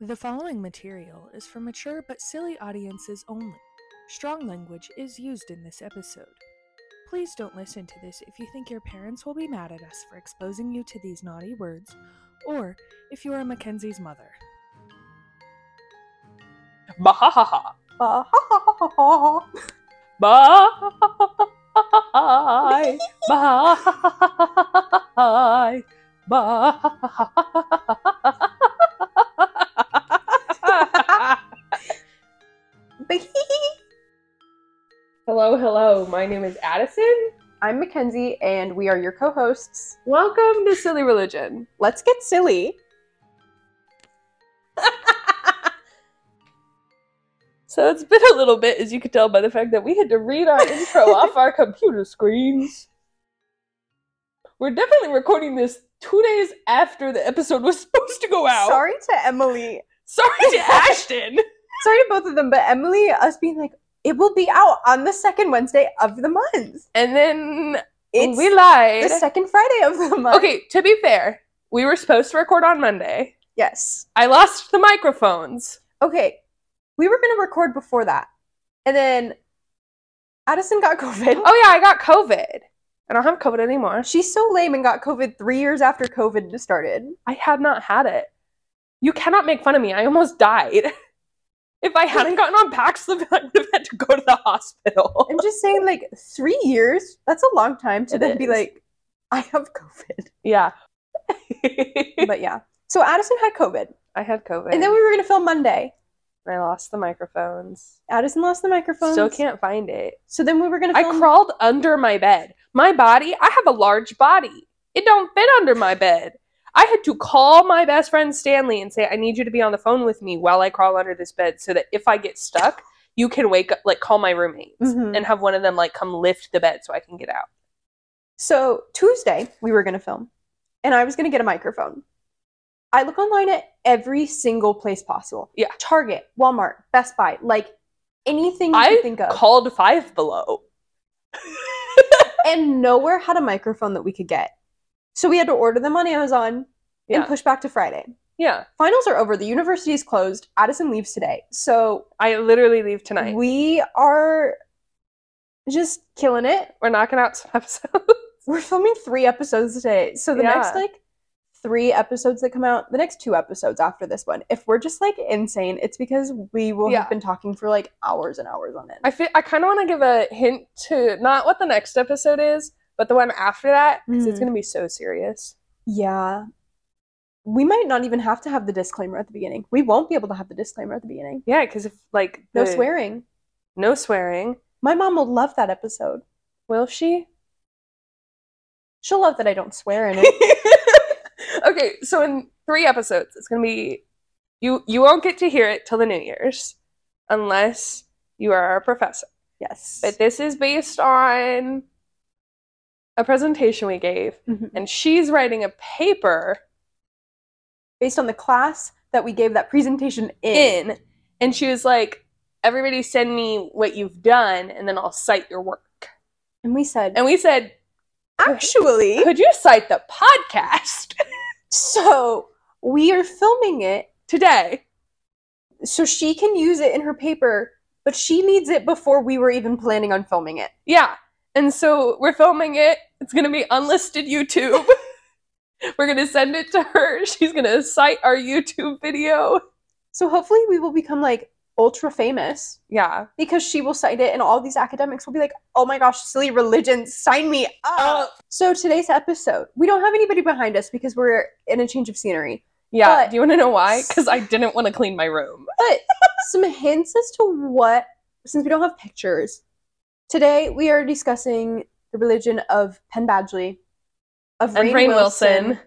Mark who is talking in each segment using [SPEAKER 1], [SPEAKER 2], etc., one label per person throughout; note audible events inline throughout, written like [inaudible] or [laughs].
[SPEAKER 1] The following material is for mature but silly audiences only. Strong language is used in this episode. Please don't listen to this if you think your parents will be mad at us for exposing you to these naughty words, or if you are Mackenzie's mother.
[SPEAKER 2] Bah-ha-ha-ha. Bah-ha-ha-ha-ha. Bye. Bye. Bye. hello, hello. My name is Addison.
[SPEAKER 3] [laughs] I'm Mackenzie, and we are your co hosts.
[SPEAKER 2] Welcome to Silly Religion.
[SPEAKER 3] Let's get silly. [laughs]
[SPEAKER 2] So it's been a little bit, as you could tell by the fact that we had to read our [laughs] intro off our computer screens. We're definitely recording this two days after the episode was supposed to go out.
[SPEAKER 3] Sorry to Emily.
[SPEAKER 2] Sorry [laughs] to Ashton.
[SPEAKER 3] Sorry to both of them, but Emily, us being like, it will be out on the second Wednesday of the month.
[SPEAKER 2] And then
[SPEAKER 3] It's
[SPEAKER 2] we lied.
[SPEAKER 3] the second Friday of the month.
[SPEAKER 2] okay, to be fair, we were supposed to record on Monday.
[SPEAKER 3] Yes.
[SPEAKER 2] I lost the microphones.
[SPEAKER 3] Okay. We were going to record before that. And then Addison got COVID.
[SPEAKER 2] Oh yeah, I got COVID. I don't have COVID anymore.
[SPEAKER 3] She's so lame and got COVID three years after COVID started.
[SPEAKER 2] I had not had it. You cannot make fun of me. I almost died. [laughs] If I
[SPEAKER 3] [laughs]
[SPEAKER 2] hadn't gotten on Paxlovid, [laughs] I would have had to go to the hospital. [laughs]
[SPEAKER 3] I'm just saying, like, three years? That's a long time to
[SPEAKER 2] It
[SPEAKER 3] then be
[SPEAKER 2] is.
[SPEAKER 3] like, I have COVID.
[SPEAKER 2] Yeah. [laughs]
[SPEAKER 3] but yeah. So Addison had COVID.
[SPEAKER 2] I had COVID.
[SPEAKER 3] And then we were going to film Monday.
[SPEAKER 2] I lost the microphones.
[SPEAKER 3] Addison lost the microphone.
[SPEAKER 2] Still can't find it.
[SPEAKER 3] So then we were gonna.
[SPEAKER 2] I
[SPEAKER 3] Film-
[SPEAKER 2] crawled under my bed. My body, I have a large body. It don't fit under my bed. I had to call my best friend Stanley and say, I need you to be on the phone with me while I crawl under this bed so that if I get stuck, you can wake up, like call my roommates
[SPEAKER 3] Mhm.
[SPEAKER 2] and have one of them like come lift the bed so I can get out.
[SPEAKER 3] so Tuesday we were gonna film, and I was gonna get a microphone. I look online at every single place possible.
[SPEAKER 2] Yeah.
[SPEAKER 3] Target, Walmart, Best Buy, like anything you
[SPEAKER 2] I
[SPEAKER 3] could think of,
[SPEAKER 2] Called Five Below.
[SPEAKER 3] and nowhere had a microphone that we could get. So we had to order them on Amazon
[SPEAKER 2] Yeah.
[SPEAKER 3] and push back to Friday.
[SPEAKER 2] Yeah.
[SPEAKER 3] Finals are over. The university is closed. Addison leaves today, so
[SPEAKER 2] I literally leave tonight.
[SPEAKER 3] we are just killing it.
[SPEAKER 2] We're knocking out some [laughs] episodes.
[SPEAKER 3] we're filming three episodes today. So the
[SPEAKER 2] Yeah.
[SPEAKER 3] next like three episodes that come out, the next two episodes after this one, if we're just like insane, it's because we will
[SPEAKER 2] Yeah.
[SPEAKER 3] have been talking for like hours and hours on end.
[SPEAKER 2] I feel I kind of want to give a hint to not what the next episode is, but the one after that because it's
[SPEAKER 3] Mhm.
[SPEAKER 2] going to be so serious.
[SPEAKER 3] yeah. We might not even have to have the disclaimer at the beginning. We won't be able to have the disclaimer at the beginning.
[SPEAKER 2] Yeah, because if like
[SPEAKER 3] No
[SPEAKER 2] the-
[SPEAKER 3] swearing.
[SPEAKER 2] no swearing,
[SPEAKER 3] My mom will love that episode.
[SPEAKER 2] will she?
[SPEAKER 3] She'll love that I don't swear
[SPEAKER 2] [laughs]
[SPEAKER 3] in it.
[SPEAKER 2] okay, so in three episodes, it's going to be you. You won't get to hear it till the New Year's, unless you are a professor.
[SPEAKER 3] yes.
[SPEAKER 2] But this is based on a presentation we gave,
[SPEAKER 3] Mhm.
[SPEAKER 2] and she's writing a paper
[SPEAKER 3] Based on the class that we gave that presentation in.
[SPEAKER 2] in and she was like everybody send me what you've done and then i'll cite your work
[SPEAKER 3] And we said,
[SPEAKER 2] and we said
[SPEAKER 3] actually,
[SPEAKER 2] could you cite the podcast [laughs]
[SPEAKER 3] so we are filming it
[SPEAKER 2] today
[SPEAKER 3] so she can use it in her paper, but she needs it before we were even planning on filming it.
[SPEAKER 2] yeah and so we're filming it it's going to be unlisted [laughs] youtube we're going to send it to her she's going to cite our youtube video
[SPEAKER 3] So hopefully we will become like ultra famous
[SPEAKER 2] yeah
[SPEAKER 3] because she will cite it and all these academics will be like, "Oh my gosh, silly religion, sign me up." so today's episode, we don't have anybody behind us because we're in a change of scenery.
[SPEAKER 2] yeah
[SPEAKER 3] But-
[SPEAKER 2] do you want to know why because i didn't want to clean my room
[SPEAKER 3] But some hints as to what since we don't have pictures. Today we are discussing the religion of Penn Badgley, of
[SPEAKER 2] and rain wilson,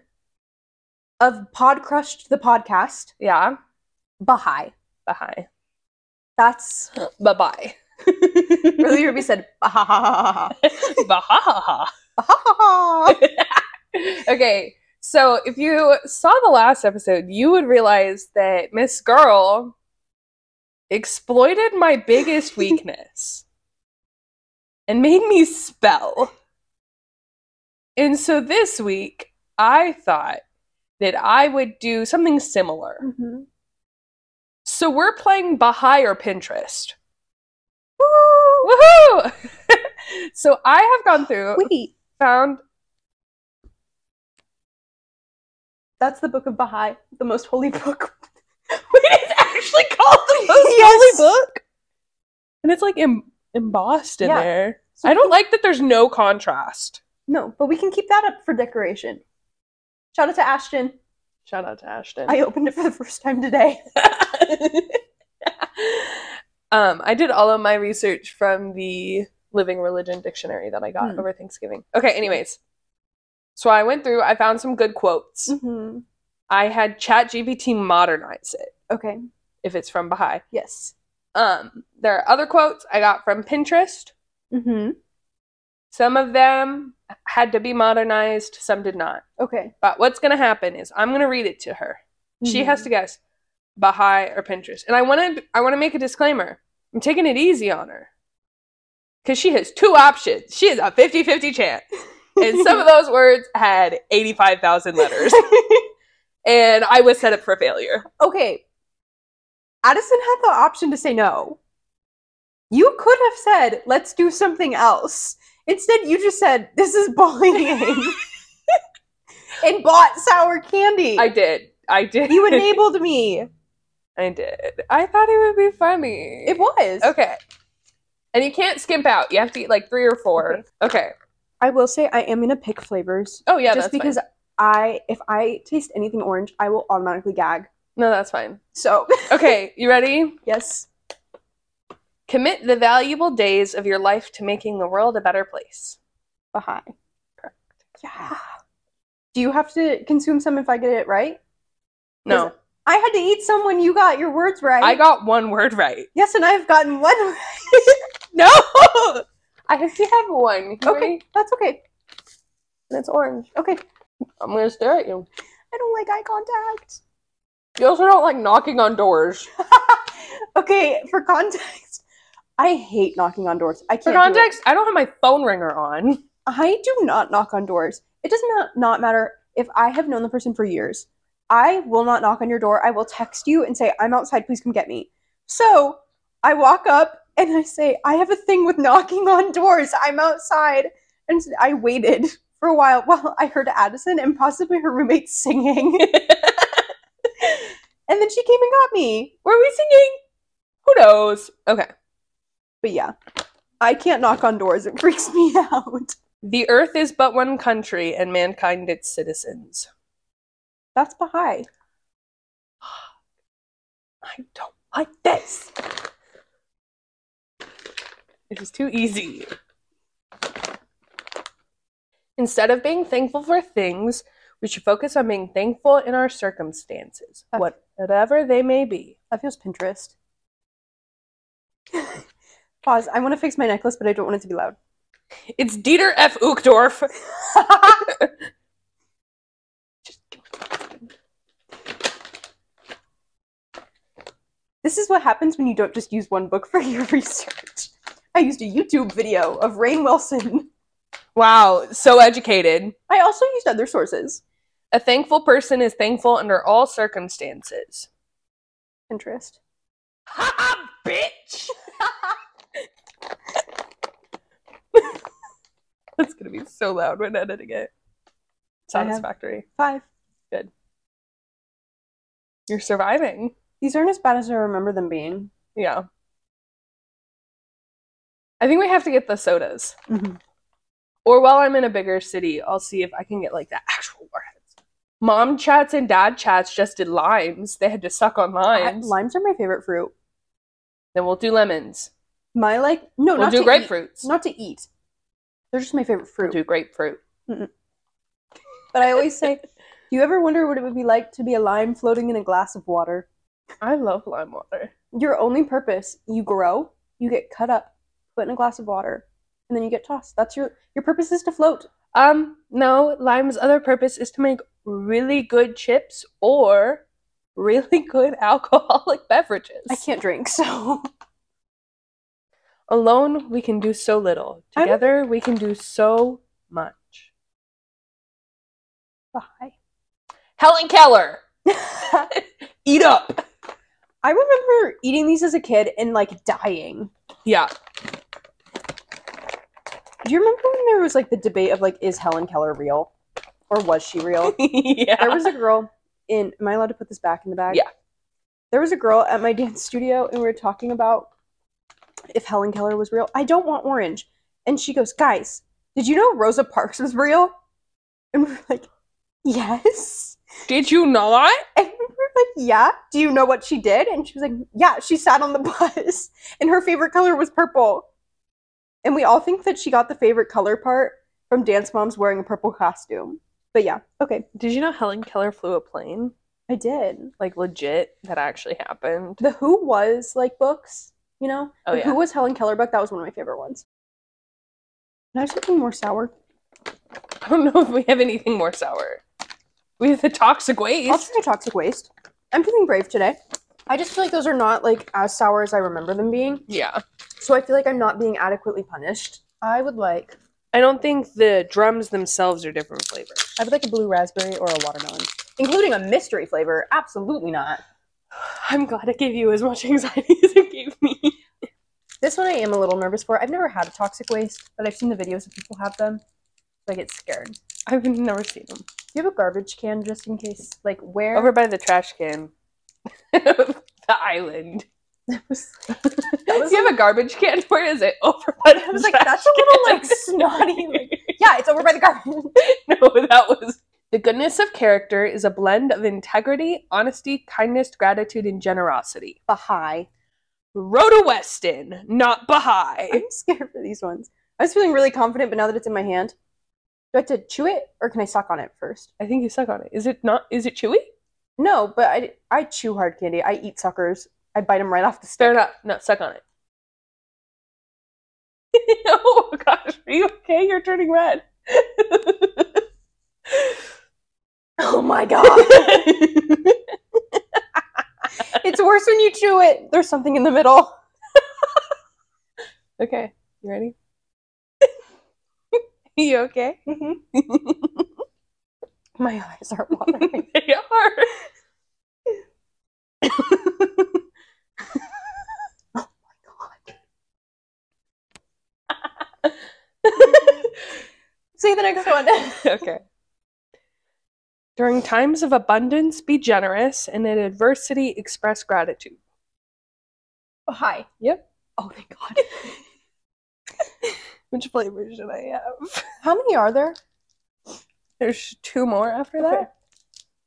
[SPEAKER 3] of Pod Crushed the podcast.
[SPEAKER 2] yeah
[SPEAKER 3] Baha'i.
[SPEAKER 2] bye
[SPEAKER 3] That's [laughs]
[SPEAKER 2] bye [laughs] bye
[SPEAKER 3] really Ruby said Baha'i.
[SPEAKER 2] bye
[SPEAKER 3] Baha'i.
[SPEAKER 2] [laughs] okay, so if you saw the last episode, you would realize that Miss Girl exploited my biggest weakness and made me spell. And so this week, I thought that I would do something similar.
[SPEAKER 3] Mhm.
[SPEAKER 2] So we're playing Baha'i or Pinterest.
[SPEAKER 3] Woo!
[SPEAKER 2] Woohoo! [laughs] so I have gone through,
[SPEAKER 3] Wait,
[SPEAKER 2] found
[SPEAKER 3] that's the Book of Baha'i, the most holy book. [laughs] Wait, it's actually called
[SPEAKER 2] [laughs]
[SPEAKER 3] the
[SPEAKER 2] most
[SPEAKER 3] Yes!
[SPEAKER 2] holy book, and it's like em- embossed in
[SPEAKER 3] Yeah.
[SPEAKER 2] there.
[SPEAKER 3] So
[SPEAKER 2] I don't like that there's no contrast.
[SPEAKER 3] No, but we can keep that up for decoration. Shout out to Ashton.
[SPEAKER 2] Shout out to Ashton.
[SPEAKER 3] I opened it for the first time today.
[SPEAKER 2] [laughs] um, I did all of my research from the Living Religion Dictionary that I got
[SPEAKER 3] Hmm.
[SPEAKER 2] over Thanksgiving. Okay, anyways. So I went through, I found some good quotes.
[SPEAKER 3] hmm
[SPEAKER 2] I had ChatGPT modernize it
[SPEAKER 3] Okay.
[SPEAKER 2] if it's from Baha'i.
[SPEAKER 3] Yes.
[SPEAKER 2] Um, there are other quotes I got from Pinterest.
[SPEAKER 3] Mm-hmm.
[SPEAKER 2] Some of them had to be modernized, some did not.
[SPEAKER 3] Okay. Mm-hmm.
[SPEAKER 2] But what's going to happen is I'm going to read it to her. She has to guess Baha'i or Pinterest. And I want to I want to make a disclaimer. I'm taking it easy on her. Cuz she has two options. She has a 50/50 chance. And
[SPEAKER 3] [laughs]
[SPEAKER 2] some of those words had 85,000 letters. And I was set up for failure.
[SPEAKER 3] okay. Addison had the option to say no. You could have said, let's do something else. Instead, you just said, this is bullying.
[SPEAKER 2] [laughs]
[SPEAKER 3] and bought sour candy.
[SPEAKER 2] I did. I did. [laughs]
[SPEAKER 3] You enabled me.
[SPEAKER 2] I did. I thought it would be funny.
[SPEAKER 3] It was.
[SPEAKER 2] Okay. And you can't skimp out. You have to eat like 3 or 4. Okay.
[SPEAKER 3] I will say I am gonna pick flavors.
[SPEAKER 2] Oh yeah, that's
[SPEAKER 3] just because
[SPEAKER 2] fine.
[SPEAKER 3] I if I taste anything orange, I will automatically gag.
[SPEAKER 2] No, that's fine.
[SPEAKER 3] So [laughs]
[SPEAKER 2] Okay, you ready?
[SPEAKER 3] yes.
[SPEAKER 2] Commit the valuable days of your life to making the world a better place.
[SPEAKER 3] Baha'i. Correct. Yeah. Do you have to consume some if I get it right?
[SPEAKER 2] No,
[SPEAKER 3] Is- I had to eat some when you got your words right.
[SPEAKER 2] I got one word right. [laughs]
[SPEAKER 3] Yes, and I've gotten one. [laughs] right.
[SPEAKER 2] No, I have to have one.
[SPEAKER 3] Okay. That's okay.
[SPEAKER 2] and it's orange.
[SPEAKER 3] Okay.
[SPEAKER 2] I'm gonna stare at you.
[SPEAKER 3] I don't like eye contact.
[SPEAKER 2] You also don't like knocking on doors.
[SPEAKER 3] okay, for context, I hate knocking on doors. I
[SPEAKER 2] [laughs]
[SPEAKER 3] can't.
[SPEAKER 2] For
[SPEAKER 3] do it.
[SPEAKER 2] context, I don't have my phone ringer on.
[SPEAKER 3] I do not knock on doors. It does not not matter if I have known the person for years. I will not knock on your door. I will text you and say, "I'm outside. Please come get me." So I walk up and I say, "I have a thing with knocking on doors. I'm outside." And I waited for a while while I heard Addison and possibly her roommate singing. [laughs] and then she came and got me.
[SPEAKER 2] Were we singing? Who knows? Okay.
[SPEAKER 3] But yeah, I can't knock on doors. It freaks me [laughs] out.
[SPEAKER 2] The earth is but one country, and mankind its citizens.
[SPEAKER 3] That's Baha'i.
[SPEAKER 2] I don't like this. It is too easy. Instead of being thankful for things, we should focus on being thankful in our circumstances,
[SPEAKER 3] Okay.
[SPEAKER 2] whatever they may be.
[SPEAKER 3] That feels Pinterest. [laughs] Pause. I want to fix my necklace, but I don't want it to be loud. [laughs]
[SPEAKER 2] It's Dieter F. Uchtdorf.
[SPEAKER 3] This is what happens when you don't just use one book for [laughs] your research. I used a YouTube video of Rain Wilson. [laughs]
[SPEAKER 2] Wow, so educated.
[SPEAKER 3] I also used other sources.
[SPEAKER 2] A thankful person is thankful under all circumstances.
[SPEAKER 3] Pinterest.
[SPEAKER 2] Ha bitch! [laughs] That's gonna be so loud when editing it.
[SPEAKER 3] I have-
[SPEAKER 2] Satisfactory.
[SPEAKER 3] Five.
[SPEAKER 2] You're surviving.
[SPEAKER 3] These aren't as bad as I remember them being.
[SPEAKER 2] Yeah. I think we have to get the sodas. Or while I'm in a bigger city, I'll see if I can get like the actual warheads. Mom chats and dad chats just did limes. They had to suck on
[SPEAKER 3] I-
[SPEAKER 2] limes.
[SPEAKER 3] limes are my favorite fruit.
[SPEAKER 2] then we'll do lemons.
[SPEAKER 3] My like no,
[SPEAKER 2] We'll
[SPEAKER 3] not
[SPEAKER 2] do
[SPEAKER 3] to eat-
[SPEAKER 2] grapefruits.
[SPEAKER 3] Not to eat. They're just my favorite fruit.
[SPEAKER 2] We'll do grapefruit.
[SPEAKER 3] But I always say, do you ever wonder what it would be like to be a lime floating in a glass of water?
[SPEAKER 2] I love lime water.
[SPEAKER 3] Your only purpose, you grow, you get cut up, put in a glass of water, and then you get tossed. That's your your purpose is to float.
[SPEAKER 2] Um, no, lime's other purpose is to make really good chips or really [laughs] good alcoholic beverages.
[SPEAKER 3] I can't drink, so
[SPEAKER 2] Alone, we can do so little.
[SPEAKER 3] I don't-
[SPEAKER 2] Together, we can do so much.
[SPEAKER 3] bye. [laughs]
[SPEAKER 2] Helen Keller, eat up. [laughs]
[SPEAKER 3] I remember eating these as a kid and like dying.
[SPEAKER 2] Yeah.
[SPEAKER 3] Do you remember when there was like the debate of like is Helen Keller real or was she real?
[SPEAKER 2] yeah.
[SPEAKER 3] there was a girl in am i allowed to put this back in the bag
[SPEAKER 2] Yeah.
[SPEAKER 3] there was a girl at my dance studio and we were talking about if helen keller was real i don't want orange and she goes guys did you know rosa parks was real and we were like yes
[SPEAKER 2] Did you not?
[SPEAKER 3] and we were like yeah do you know what she did and she was like yeah she sat on the [laughs] bus and her favorite color was purple and we all think that she got the favorite color part from dance moms wearing a purple costume but yeah okay
[SPEAKER 2] Did you know Helen Keller flew a plane?
[SPEAKER 3] i did
[SPEAKER 2] Like legit, that actually happened.
[SPEAKER 3] the Who was like books, you know?
[SPEAKER 2] Oh,
[SPEAKER 3] the
[SPEAKER 2] yeah.
[SPEAKER 3] Who was Helen Keller book, that was one of my favorite ones. Can I have something more sour?
[SPEAKER 2] [laughs] I don't know if we have anything more sour. We have the toxic
[SPEAKER 3] I'll
[SPEAKER 2] waste.
[SPEAKER 3] try toxic waste. I'm feeling brave today. I just feel like those are not like as sour as I remember them being.
[SPEAKER 2] Yeah.
[SPEAKER 3] So I feel like I'm not being adequately punished. I would like
[SPEAKER 2] I don't think the drums themselves are different flavor.
[SPEAKER 3] I would like a blue raspberry or a watermelon. Including a mystery flavor. Absolutely not.
[SPEAKER 2] I'm glad it gave you as much anxiety [laughs] as it gave me.
[SPEAKER 3] This one I am a little nervous for. I've never had a toxic waste, but I've seen the videos of people have them. So I get scared.
[SPEAKER 2] I've never seen them.
[SPEAKER 3] Do you have a garbage can just in case? Like where
[SPEAKER 2] Over by the trash can. [laughs] the island.
[SPEAKER 3] was
[SPEAKER 2] [laughs] you have a garbage can? Where is it? [laughs] Over by the
[SPEAKER 3] I was like,
[SPEAKER 2] trash
[SPEAKER 3] that's a little
[SPEAKER 2] can. [laughs]
[SPEAKER 3] like snotty. Like, yeah, it's over by the garden. [laughs]
[SPEAKER 2] no, that was. The goodness of character is a blend of integrity, honesty, kindness, gratitude, and generosity.
[SPEAKER 3] Baha'i.
[SPEAKER 2] Rhoda Weston, not Baha'i.
[SPEAKER 3] I'm scared for these ones. I was feeling really confident, but now that it's in my hand, do I have to chew it or can I suck on it first?
[SPEAKER 2] I think you suck on it. Is it not? Is it chewy?
[SPEAKER 3] No, but I, I chew hard candy. I eat suckers. I bite them right off the stick.
[SPEAKER 2] Fair enough. Uh, No, suck on it. [laughs] oh gosh, are you okay? You're turning red.
[SPEAKER 3] [laughs] Oh my [laughs] god. it's worse when you chew it. There's something in the middle.
[SPEAKER 2] okay, you ready? [laughs] you [laughs] okay?
[SPEAKER 3] My eyes are watering.
[SPEAKER 2] they are.
[SPEAKER 3] [laughs] Say the next [laughs] one.
[SPEAKER 2] okay. During times of abundance, be generous, and in adversity, express gratitude.
[SPEAKER 3] Hi.
[SPEAKER 2] Yep.
[SPEAKER 3] Oh my [laughs] god.
[SPEAKER 2] Which flavor should I have?
[SPEAKER 3] How many are there?
[SPEAKER 2] There's two more after that.
[SPEAKER 3] Okay.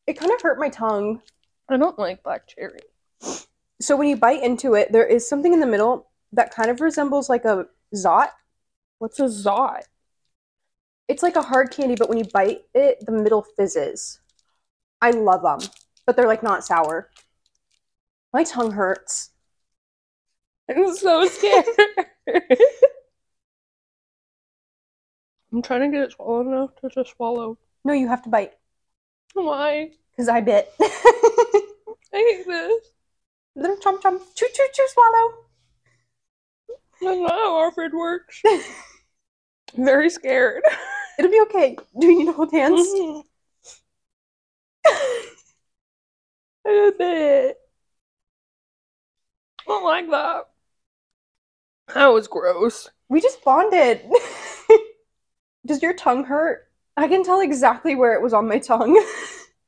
[SPEAKER 3] It kind of hurt my tongue.
[SPEAKER 2] I don't like black cherry.
[SPEAKER 3] so when you bite into it, there is something in the middle that kind of resembles like a zot.
[SPEAKER 2] What's a zot?
[SPEAKER 3] It's like a hard candy, but when you bite it, the middle fizzes. I love them, but they're like not sour. My tongue hurts.
[SPEAKER 2] [laughs] I'm so scared. [laughs] I'm trying to get it swallowed enough to just swallow.
[SPEAKER 3] No, you have to bite
[SPEAKER 2] Why?
[SPEAKER 3] because I bit. [laughs]
[SPEAKER 2] I hate this.
[SPEAKER 3] Little chomp chomp, choo choo choo, swallow.
[SPEAKER 2] That's not how Alfred [laughs] works. I'm very scared.
[SPEAKER 3] It'll be okay. [laughs] Do you need to
[SPEAKER 2] [laughs]
[SPEAKER 3] hold hands?
[SPEAKER 2] I did it. I don't like that. That was gross.
[SPEAKER 3] We just bonded. [laughs] Does your tongue hurt? I can tell exactly where it was on my tongue. [laughs]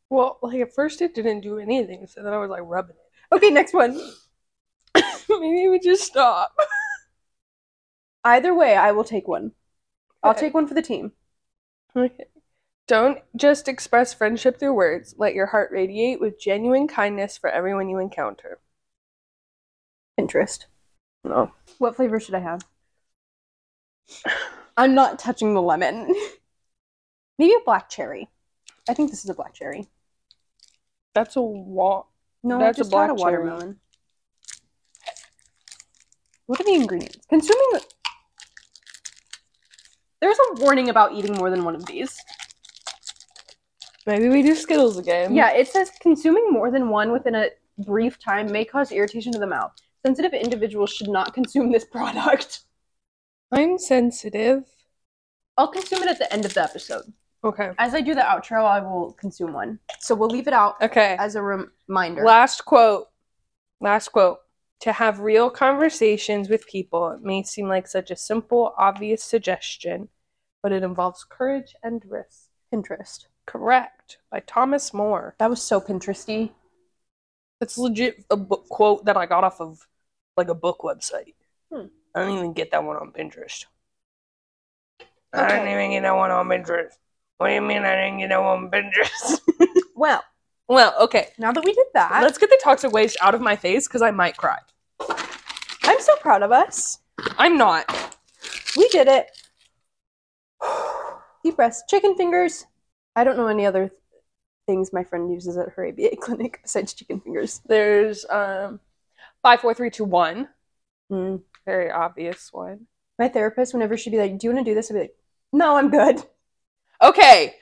[SPEAKER 2] Well, like at first it didn't do anything, so then I was like rubbing it. [laughs]
[SPEAKER 3] okay, next one.
[SPEAKER 2] Maybe it would just stop.
[SPEAKER 3] Either way, I will take one. I'll
[SPEAKER 2] Okay.
[SPEAKER 3] take one for the team.
[SPEAKER 2] Okay. Don't just express friendship through words. Let your heart radiate with genuine kindness for everyone you encounter.
[SPEAKER 3] Interest.
[SPEAKER 2] No.
[SPEAKER 3] What flavor should I have? I'm not touching the lemon. [laughs] Maybe a black cherry. I think this is a black cherry.
[SPEAKER 2] That's a walk.
[SPEAKER 3] No,
[SPEAKER 2] That's
[SPEAKER 3] that's
[SPEAKER 2] a
[SPEAKER 3] just black
[SPEAKER 2] black
[SPEAKER 3] a
[SPEAKER 2] cherry.
[SPEAKER 3] watermelon. What are the ingredients? Consuming. The- There's a warning about eating more than one of these.
[SPEAKER 2] Maybe we do Skittles again.
[SPEAKER 3] Yeah, it says consuming more than one within a brief time may cause irritation to the mouth. Sensitive individuals should not consume this [laughs] product.
[SPEAKER 2] I'm sensitive.
[SPEAKER 3] I'll consume it at the end of the episode.
[SPEAKER 2] Okay.
[SPEAKER 3] As I do the outro, I will consume one. So we'll leave it out
[SPEAKER 2] Okay.
[SPEAKER 3] as a reminder.
[SPEAKER 2] Last quote. Last quote To have real conversations with people it may seem like such a simple, obvious suggestion, but it involves courage and risk.
[SPEAKER 3] Pinterest.
[SPEAKER 2] Correct. By Thomas More.
[SPEAKER 3] That was so Pinteresty.
[SPEAKER 2] That's legit a book quote that I got off of like a book website.
[SPEAKER 3] Hmm.
[SPEAKER 2] I don't even get that one on Pinterest. I
[SPEAKER 3] Okay.
[SPEAKER 2] didn't even get that one on Pinterest. What do you mean I didn't get that one on Pinterest?
[SPEAKER 3] Well,
[SPEAKER 2] well, okay.
[SPEAKER 3] now that we did that,
[SPEAKER 2] Let's get the toxic waste out of my face because I might cry.
[SPEAKER 3] I'm so proud of us.
[SPEAKER 2] I'm not.
[SPEAKER 3] We did it. [sighs] Deep breaths. Chicken fingers. I don't know any other th- things my friend uses at her ABA [laughs] clinic besides chicken fingers.
[SPEAKER 2] There's um five, four, three, two, one.
[SPEAKER 3] Mm.
[SPEAKER 2] Very obvious one.
[SPEAKER 3] My therapist, whenever she'd be like, Do you want to do this? I'd be like, No, I'm [laughs] good.
[SPEAKER 2] Okay,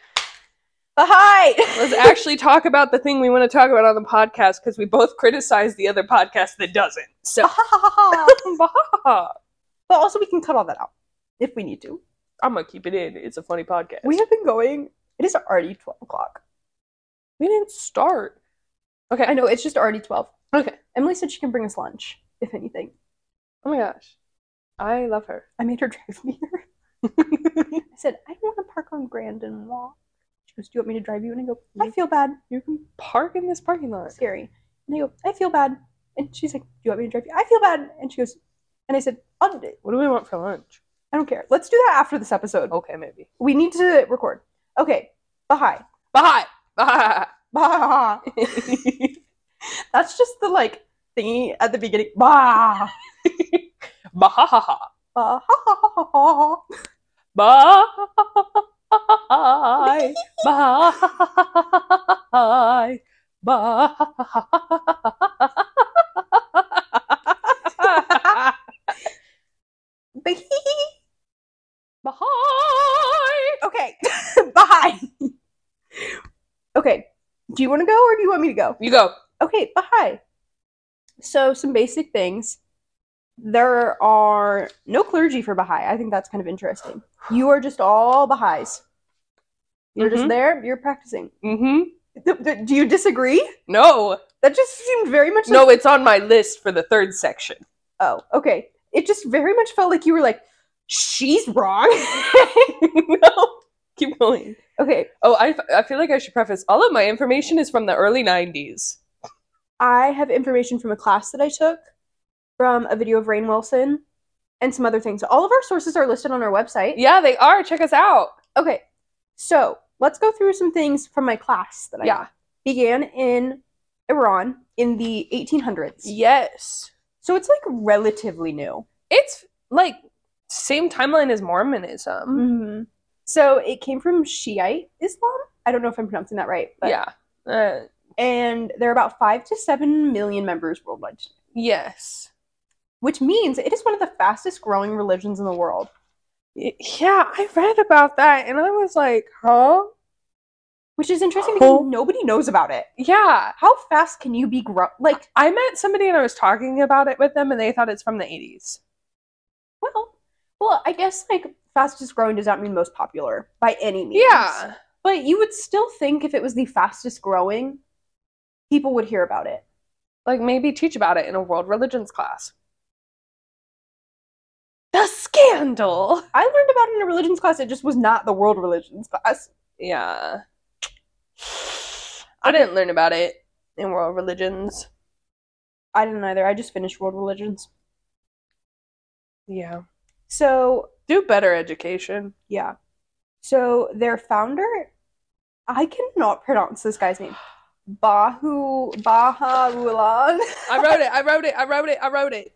[SPEAKER 3] A hi.
[SPEAKER 2] let's
[SPEAKER 3] [laughs]
[SPEAKER 2] actually talk about the thing we want to talk about on the podcast because we both criticize the other podcast that doesn't. So, [laughs]
[SPEAKER 3] [laughs]
[SPEAKER 2] bah.
[SPEAKER 3] but also, we can cut all that out if we need to.
[SPEAKER 2] I'm gonna keep it in. It's a funny podcast.
[SPEAKER 3] We have been going. It is already 12 o'clock.
[SPEAKER 2] we didn't start. Okay.
[SPEAKER 3] I know, it's just already 12.
[SPEAKER 2] Okay.
[SPEAKER 3] Emily said she can bring us lunch, if anything.
[SPEAKER 2] Oh my gosh, I love her.
[SPEAKER 3] I made her [laughs] drive me here. I said, I don't want to park on Grand and walk. She goes, Do you want me to drive you? And I go, I feel bad.
[SPEAKER 2] You can park in this parking lot.
[SPEAKER 3] Scary. And I go, I feel bad. And she's like, Do you want me to drive you? I feel bad. And she goes, And I said, I'll,
[SPEAKER 2] What do we want for lunch?
[SPEAKER 3] I don't care. Let's do that after this episode.
[SPEAKER 2] Okay, maybe.
[SPEAKER 3] We need to record. Okay. Bye.
[SPEAKER 2] Bah. Bah.
[SPEAKER 3] Bah. [laughs] That's just the like thingy at the beginning. Bah.
[SPEAKER 2] Bah.
[SPEAKER 3] Bah. Ha, ha, ha, ha, ha.
[SPEAKER 2] Bye. Bye. Bye. [laughs] Bye.
[SPEAKER 3] Bye.
[SPEAKER 2] Bye.
[SPEAKER 3] Okay. [laughs] Bye. okay. Do you want to go or do you want me to go?
[SPEAKER 2] You go.
[SPEAKER 3] Okay, bye. So, some basic things. There are no clergy for Baha'i. I think that's kind of interesting. You are just all Baha'is. You're just
[SPEAKER 2] Mhm.
[SPEAKER 3] there, you're practicing. [laughs]
[SPEAKER 2] Mm-hmm.
[SPEAKER 3] Th- th- Do you disagree?
[SPEAKER 2] No.
[SPEAKER 3] That just seemed very much like.
[SPEAKER 2] No, it's on my list for the third section. [laughs]
[SPEAKER 3] Oh, okay. It just very much felt like you were like, she's wrong. [laughs]
[SPEAKER 2] no. Keep going.
[SPEAKER 3] okay,
[SPEAKER 2] Oh, I, I feel like I should preface all of my information is from the early 90s.
[SPEAKER 3] I have information from a class that I took, from a video of Rain Wilson, and some other things. All of our sources are listed on our website.
[SPEAKER 2] Yeah, they are. Check us out.
[SPEAKER 3] Okay, so let's go through some things from my class that I
[SPEAKER 2] Yeah.
[SPEAKER 3] began in Iran in the 1800s.
[SPEAKER 2] Yes.
[SPEAKER 3] So it's like relatively new.
[SPEAKER 2] It's like same timeline as Mormonism.
[SPEAKER 3] Mm-hmm. So it came from Shiite Islam. I don't know if I'm pronouncing that right. But,
[SPEAKER 2] yeah. Uh,
[SPEAKER 3] And there are about five to seven million members worldwide,
[SPEAKER 2] yes.
[SPEAKER 3] which means it is one of the fastest growing religions in the world.
[SPEAKER 2] Y- Yeah, I read about that and I was like, huh?
[SPEAKER 3] Which is interesting because
[SPEAKER 2] Huh?
[SPEAKER 3] nobody knows about it.
[SPEAKER 2] Yeah.
[SPEAKER 3] How fast can you be grow? Like,
[SPEAKER 2] I met somebody and I was talking about it with them and they thought it's from the 80s.
[SPEAKER 3] well, well, I guess like fastest growing does not mean most popular by any means.
[SPEAKER 2] Yeah.
[SPEAKER 3] But you would still think if it was the fastest growing, people would hear about it.
[SPEAKER 2] Like maybe teach about it in a world religions class. The scandal.
[SPEAKER 3] I learned about it in a religions class. It just was not the world religions class.
[SPEAKER 2] Yeah. I didn't learn about it in world religions.
[SPEAKER 3] I didn't either. I just finished world religions.
[SPEAKER 2] Yeah.
[SPEAKER 3] So,
[SPEAKER 2] Do better education.
[SPEAKER 3] yeah. So their founder, I cannot pronounce this guy's name. Bahu Baha'u'llah. [laughs]
[SPEAKER 2] I wrote it. I wrote it. I wrote it. I wrote it.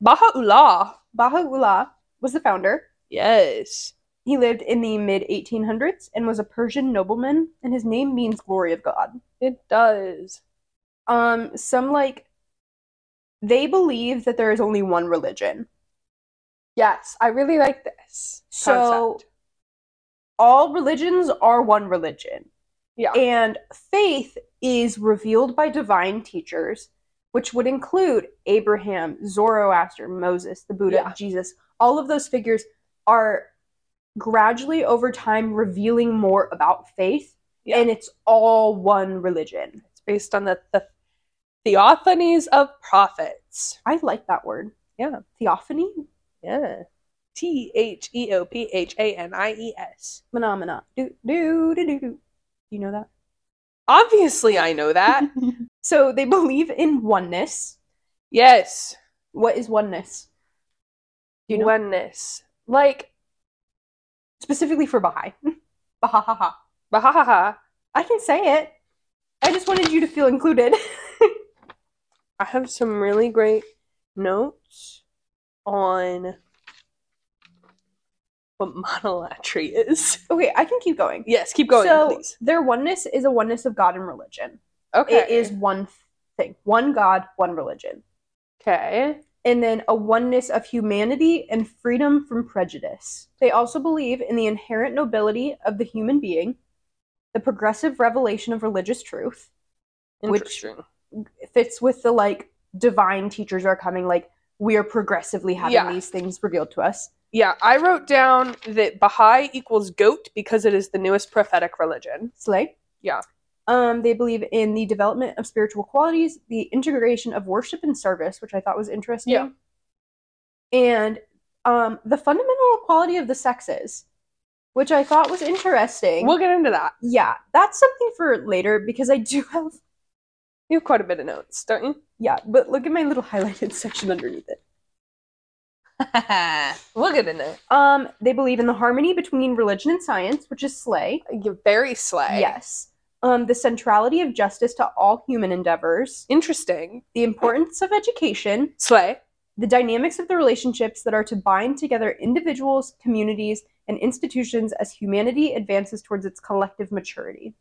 [SPEAKER 2] Baha'u'llah.
[SPEAKER 3] Baha'u'llah was the founder.
[SPEAKER 2] Yes.
[SPEAKER 3] He lived in the mid 1800s and was a Persian nobleman, and his name means glory of God.
[SPEAKER 2] It does.
[SPEAKER 3] Um, some like they believe that there is only one religion.
[SPEAKER 2] Yes, I really like this.
[SPEAKER 3] So
[SPEAKER 2] concept.
[SPEAKER 3] all religions are one religion.
[SPEAKER 2] Yeah.
[SPEAKER 3] And faith is revealed by divine teachers, which would include Abraham, Zoroaster, Moses, the Buddha,
[SPEAKER 2] Yeah.
[SPEAKER 3] Jesus. All of those figures are gradually over time revealing more about faith,
[SPEAKER 2] Yeah.
[SPEAKER 3] and it's all one religion.
[SPEAKER 2] it's based on the, the Theophanies of Prophets.
[SPEAKER 3] I like that word.
[SPEAKER 2] Yeah.
[SPEAKER 3] Theophany?
[SPEAKER 2] Yeah. T H E O P H A N I E S.
[SPEAKER 3] Phenomena. Do, do, do, do, do. You know that?
[SPEAKER 2] Obviously, I know [laughs] that.
[SPEAKER 3] so they [laughs] believe in oneness.
[SPEAKER 2] yes.
[SPEAKER 3] What is oneness? Do you know?
[SPEAKER 2] Oneness. Like,
[SPEAKER 3] Specifically for Baha'i. Bahaha.
[SPEAKER 2] bahaha.
[SPEAKER 3] I can say it. I just wanted you to feel included. [laughs]
[SPEAKER 2] I have some really great notes on what monolatry is.
[SPEAKER 3] okay, I can keep going.
[SPEAKER 2] Yes, keep going,
[SPEAKER 3] so
[SPEAKER 2] please.
[SPEAKER 3] their oneness is a oneness of God and religion.
[SPEAKER 2] Okay.
[SPEAKER 3] It is one thing. One God, one religion.
[SPEAKER 2] Okay.
[SPEAKER 3] and then a oneness of humanity and freedom from prejudice. They also believe in the inherent nobility of the human being, the progressive revelation of religious truth Which-
[SPEAKER 2] Interesting.
[SPEAKER 3] It fits with the like divine teachers are coming, like we are progressively having
[SPEAKER 2] Yeah.
[SPEAKER 3] these things revealed to us.
[SPEAKER 2] yeah, I wrote down that Baha'i equals goat because it is the newest prophetic religion.
[SPEAKER 3] Slay.
[SPEAKER 2] Yeah.
[SPEAKER 3] Um, they believe in the development of spiritual qualities, the integration of worship and service, which I thought was interesting.
[SPEAKER 2] Yeah.
[SPEAKER 3] And um, the fundamental equality of the sexes, which I thought was interesting.
[SPEAKER 2] We'll get into that.
[SPEAKER 3] yeah, that's something for later because I do have
[SPEAKER 2] You have quite a bit of notes, don't you?
[SPEAKER 3] yeah, but look at my little highlighted [laughs] section underneath it.
[SPEAKER 2] we'll get into it.
[SPEAKER 3] Um, they believe in the harmony between religion and science, which is slay.
[SPEAKER 2] You're very slay.
[SPEAKER 3] Yes. Um, the centrality of justice to all human endeavors,
[SPEAKER 2] Interesting.
[SPEAKER 3] the importance of education,
[SPEAKER 2] Slay.
[SPEAKER 3] the dynamics of the relationships that are to bind together individuals, communities, and institutions as humanity advances towards its collective maturity.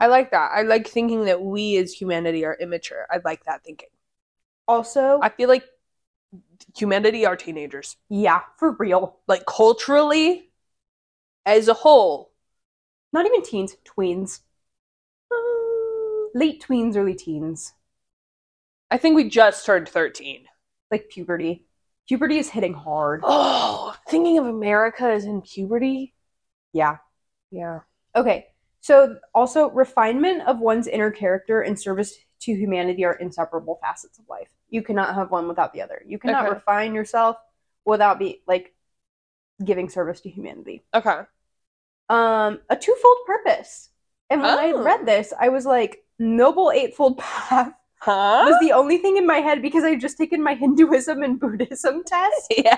[SPEAKER 2] I like that. I like thinking that we as humanity are immature. I like that thinking.
[SPEAKER 3] Also,
[SPEAKER 2] I feel like humanity are teenagers.
[SPEAKER 3] yeah, for real.
[SPEAKER 2] Like culturally, as a whole.
[SPEAKER 3] Not even teens, tweens.
[SPEAKER 2] Ah.
[SPEAKER 3] Late tweens, early teens.
[SPEAKER 2] I think we just turned 13.
[SPEAKER 3] like puberty. Puberty is hitting hard.
[SPEAKER 2] Oh, thinking of America as in puberty.
[SPEAKER 3] Yeah.
[SPEAKER 2] Yeah.
[SPEAKER 3] Okay. So also refinement of one's inner character and service to humanity are inseparable facets of life. You cannot have one without the other. You cannot
[SPEAKER 2] Okay.
[SPEAKER 3] refine yourself without be like giving service to humanity.
[SPEAKER 2] Okay.
[SPEAKER 3] Um a twofold purpose. And when I
[SPEAKER 2] Oh.
[SPEAKER 3] read this, I was like noble eightfold path
[SPEAKER 2] Huh?
[SPEAKER 3] was the only thing in my head because I had just taken my Hinduism and Buddhism [laughs] test.
[SPEAKER 2] [laughs] Yeah.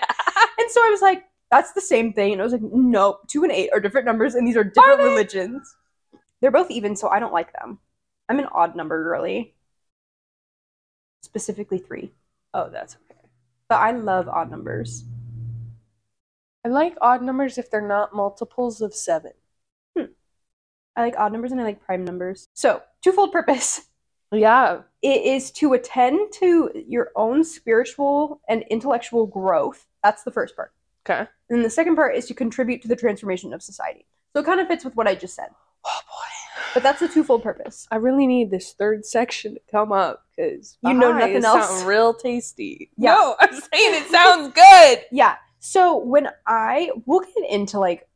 [SPEAKER 3] And so I was like, that's the same thing. And I was like, nope, two and eight are different numbers, and these are different
[SPEAKER 2] they?
[SPEAKER 3] religions. They're both even, so I don't like them. I'm an odd number girly. Specifically three.
[SPEAKER 2] Oh, that's okay.
[SPEAKER 3] But I love odd numbers.
[SPEAKER 2] I like odd numbers if they're not multiples of seven.
[SPEAKER 3] I like odd numbers and I like prime numbers. So, twofold purpose
[SPEAKER 2] Yeah.
[SPEAKER 3] it is to attend to your own spiritual and intellectual growth. That's the first part.
[SPEAKER 2] Okay.
[SPEAKER 3] And the second part is to contribute to the transformation of society. So, it kind of fits with what I just said.
[SPEAKER 2] Oh boy.
[SPEAKER 3] But that's the twofold purpose.
[SPEAKER 2] I really need this third section to come up because
[SPEAKER 3] You know nothing else.
[SPEAKER 2] real tasty.
[SPEAKER 3] Yeah.
[SPEAKER 2] No, [laughs] I'm saying it sounds good.
[SPEAKER 3] Yeah. So when I we'll get into like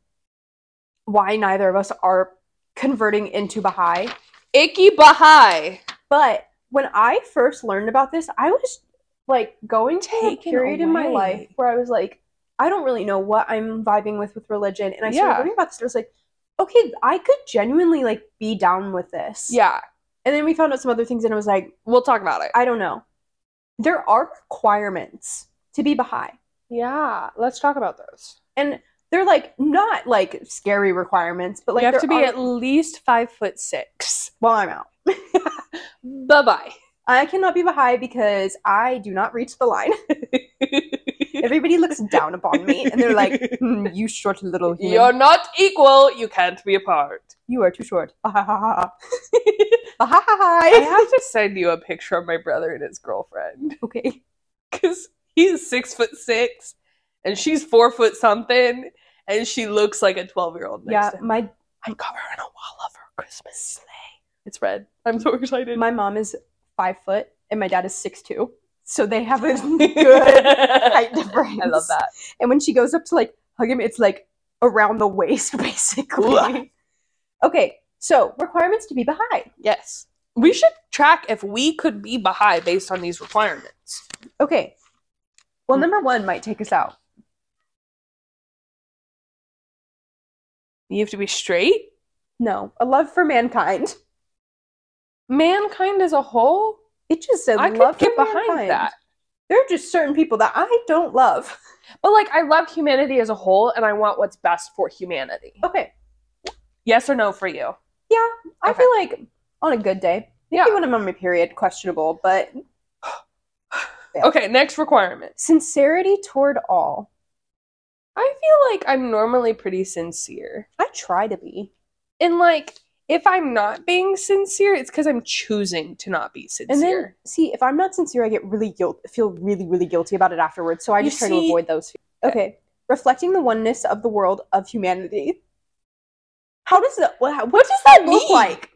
[SPEAKER 3] why neither of us are converting into Baha'i,
[SPEAKER 2] Icky Baha'i.
[SPEAKER 3] but when I first learned about this, I was like going to a
[SPEAKER 2] Taken
[SPEAKER 3] period in my
[SPEAKER 2] away.
[SPEAKER 3] life where I was like, I don't really know what I'm vibing with with religion, and I started
[SPEAKER 2] Yeah.
[SPEAKER 3] learning about this. and I was like, okay, I could genuinely like be down with this.
[SPEAKER 2] Yeah,
[SPEAKER 3] And then we found out some other things, and I was like,
[SPEAKER 2] we'll talk about it.
[SPEAKER 3] I don't know. There are requirements to be Baha'i.
[SPEAKER 2] Yeah, let's talk about those.
[SPEAKER 3] and they're like not like scary requirements, but like
[SPEAKER 2] you have to
[SPEAKER 3] they're
[SPEAKER 2] be
[SPEAKER 3] all-
[SPEAKER 2] at least five foot six.
[SPEAKER 3] well, I'm out.
[SPEAKER 2] Bye bye. [laughs]
[SPEAKER 3] I cannot be Baha'i because I do not reach the line. [laughs] Everybody looks down upon me, and they're
[SPEAKER 2] [laughs]
[SPEAKER 3] like, "Hmm, "You short little human.
[SPEAKER 2] You're not equal. You can't be apart.
[SPEAKER 3] you are too short." Ah, Baha'i. Ah,
[SPEAKER 2] [laughs] I have to send you a picture of my brother and his girlfriend
[SPEAKER 3] okay.
[SPEAKER 2] because he's six foot six and she's four foot something and she looks like a 12 year old.
[SPEAKER 3] Yeah, my
[SPEAKER 2] I got her in a wall of her Christmas sleigh. It's red. I'm so excited. [laughs]
[SPEAKER 3] my mom is five foot, and my dad is six two, so they have
[SPEAKER 2] [laughs]
[SPEAKER 3] a good height difference.
[SPEAKER 2] I love that.
[SPEAKER 3] And when she goes up to like hug him, it's like around the waist, [laughs] basically.
[SPEAKER 2] Ugh.
[SPEAKER 3] okay, so requirements to be Baha'i.
[SPEAKER 2] Yes. We should track if we could be Baha'i based on these requirements.
[SPEAKER 3] Okay. Well,
[SPEAKER 2] Mm.
[SPEAKER 3] number one might take us out.
[SPEAKER 2] You have to be straight.
[SPEAKER 3] No, a love for mankind.
[SPEAKER 2] Mankind as a whole,
[SPEAKER 3] It just said
[SPEAKER 2] I
[SPEAKER 3] love
[SPEAKER 2] could get
[SPEAKER 3] for
[SPEAKER 2] behind
[SPEAKER 3] mankind.
[SPEAKER 2] that.
[SPEAKER 3] There are just certain people that I don't love.
[SPEAKER 2] But like, I love humanity as a whole, and I want what's best for humanity.
[SPEAKER 3] Okay.
[SPEAKER 2] Yes or no for you?
[SPEAKER 3] I
[SPEAKER 2] Okay.
[SPEAKER 3] feel like on a good day, maybe
[SPEAKER 2] Yeah.
[SPEAKER 3] when I'm on my period, questionable, but Yeah.
[SPEAKER 2] Okay, next requirement.
[SPEAKER 3] sincerity toward all.
[SPEAKER 2] I feel like I'm normally pretty sincere.
[SPEAKER 3] I try to be.
[SPEAKER 2] And like, if I'm not being sincere, it's because I'm choosing to not be sincere.
[SPEAKER 3] And then, see, if I'm not sincere, I get really guilt, feel really, really guilty about it afterwards. So I
[SPEAKER 2] You
[SPEAKER 3] just try to
[SPEAKER 2] see-
[SPEAKER 3] avoid those. Okay, reflecting the oneness of the world of humanity. How does that? What, what, does that look
[SPEAKER 2] mean?
[SPEAKER 3] like?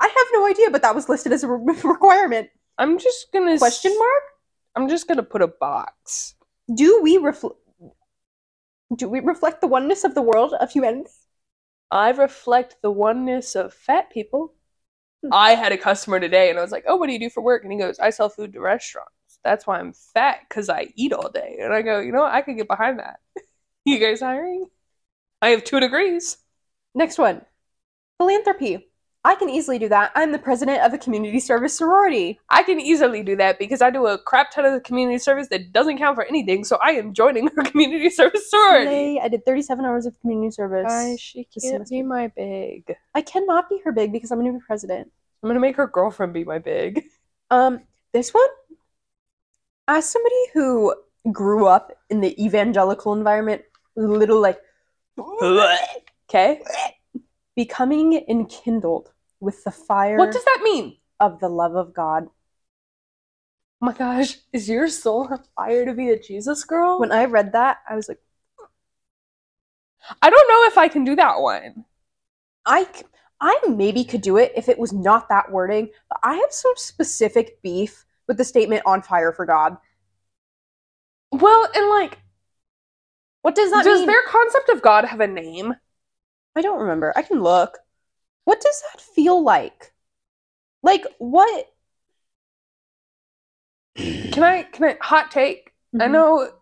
[SPEAKER 3] I have no idea, but that was listed as a re- [laughs] requirement.
[SPEAKER 2] I'm just gonna s-
[SPEAKER 3] Question mark?
[SPEAKER 2] I'm just gonna put a box.
[SPEAKER 3] Do we reflect? Do we reflect the oneness of the world of humanity?
[SPEAKER 2] I reflect the oneness of fat people.
[SPEAKER 3] Hmm.
[SPEAKER 2] I had a customer today, and I was like, "Oh, what do you do for work?" And he goes, "I sell food to restaurants. That's why I'm fat because I eat all day." And I go, "You know, what? I could get behind that. [laughs] you guys hiring? I have two degrees.
[SPEAKER 3] Next one, philanthropy. I can easily do that. I'm the president of a community service sorority.
[SPEAKER 2] I can easily do that because I do a crap ton of community service that doesn't count for anything. So I am joining her [laughs] community service sorority.
[SPEAKER 3] Yay, I did 37 hours of community service.
[SPEAKER 2] she
[SPEAKER 3] This can't must
[SPEAKER 2] be my big.
[SPEAKER 3] I cannot be her big because I'm going to be president.
[SPEAKER 2] I'm gonna make her girlfriend be my big.
[SPEAKER 3] Um, this one, as somebody who grew up in the evangelical environment, was a
[SPEAKER 2] [laughs]
[SPEAKER 3] little like
[SPEAKER 2] Okay.
[SPEAKER 3] becoming enkindled with the fire
[SPEAKER 2] What does that mean?
[SPEAKER 3] of the love of God.
[SPEAKER 2] Oh my gosh, is your soul on fire to be a Jesus girl?
[SPEAKER 3] When I read that, I was like,
[SPEAKER 2] I don't know if I can do that one.
[SPEAKER 3] I, c- I maybe could do it if it was not that wording, but I have some specific beef with the statement on fire for God.
[SPEAKER 2] Well, and like,
[SPEAKER 3] What does that
[SPEAKER 2] does
[SPEAKER 3] mean?
[SPEAKER 2] their concept of God have a name?
[SPEAKER 3] I don't remember. I can look. What does that feel like? Like what?
[SPEAKER 2] Can I? Can I? Hot take.
[SPEAKER 3] Mm-hmm.
[SPEAKER 2] I know.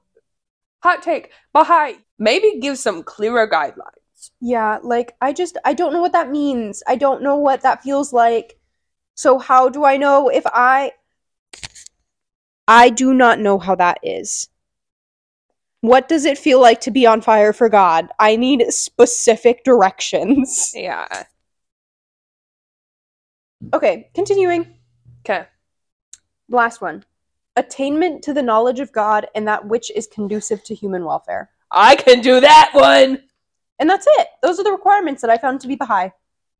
[SPEAKER 2] Hot take. Baha'i, maybe give some clearer guidelines.
[SPEAKER 3] Yeah, like I just I don't know what that means. I don't know what that feels like. So how do I know if I I do not know how that is. What does it feel like to be on fire for God? I need specific directions.
[SPEAKER 2] Yeah.
[SPEAKER 3] [laughs] Okay, continuing.
[SPEAKER 2] Okay.
[SPEAKER 3] Last one. Attainment to the knowledge of God and that which is conducive to human welfare.
[SPEAKER 2] I can do that one.
[SPEAKER 3] And that's it. Those are the requirements that I found to be Baha'i.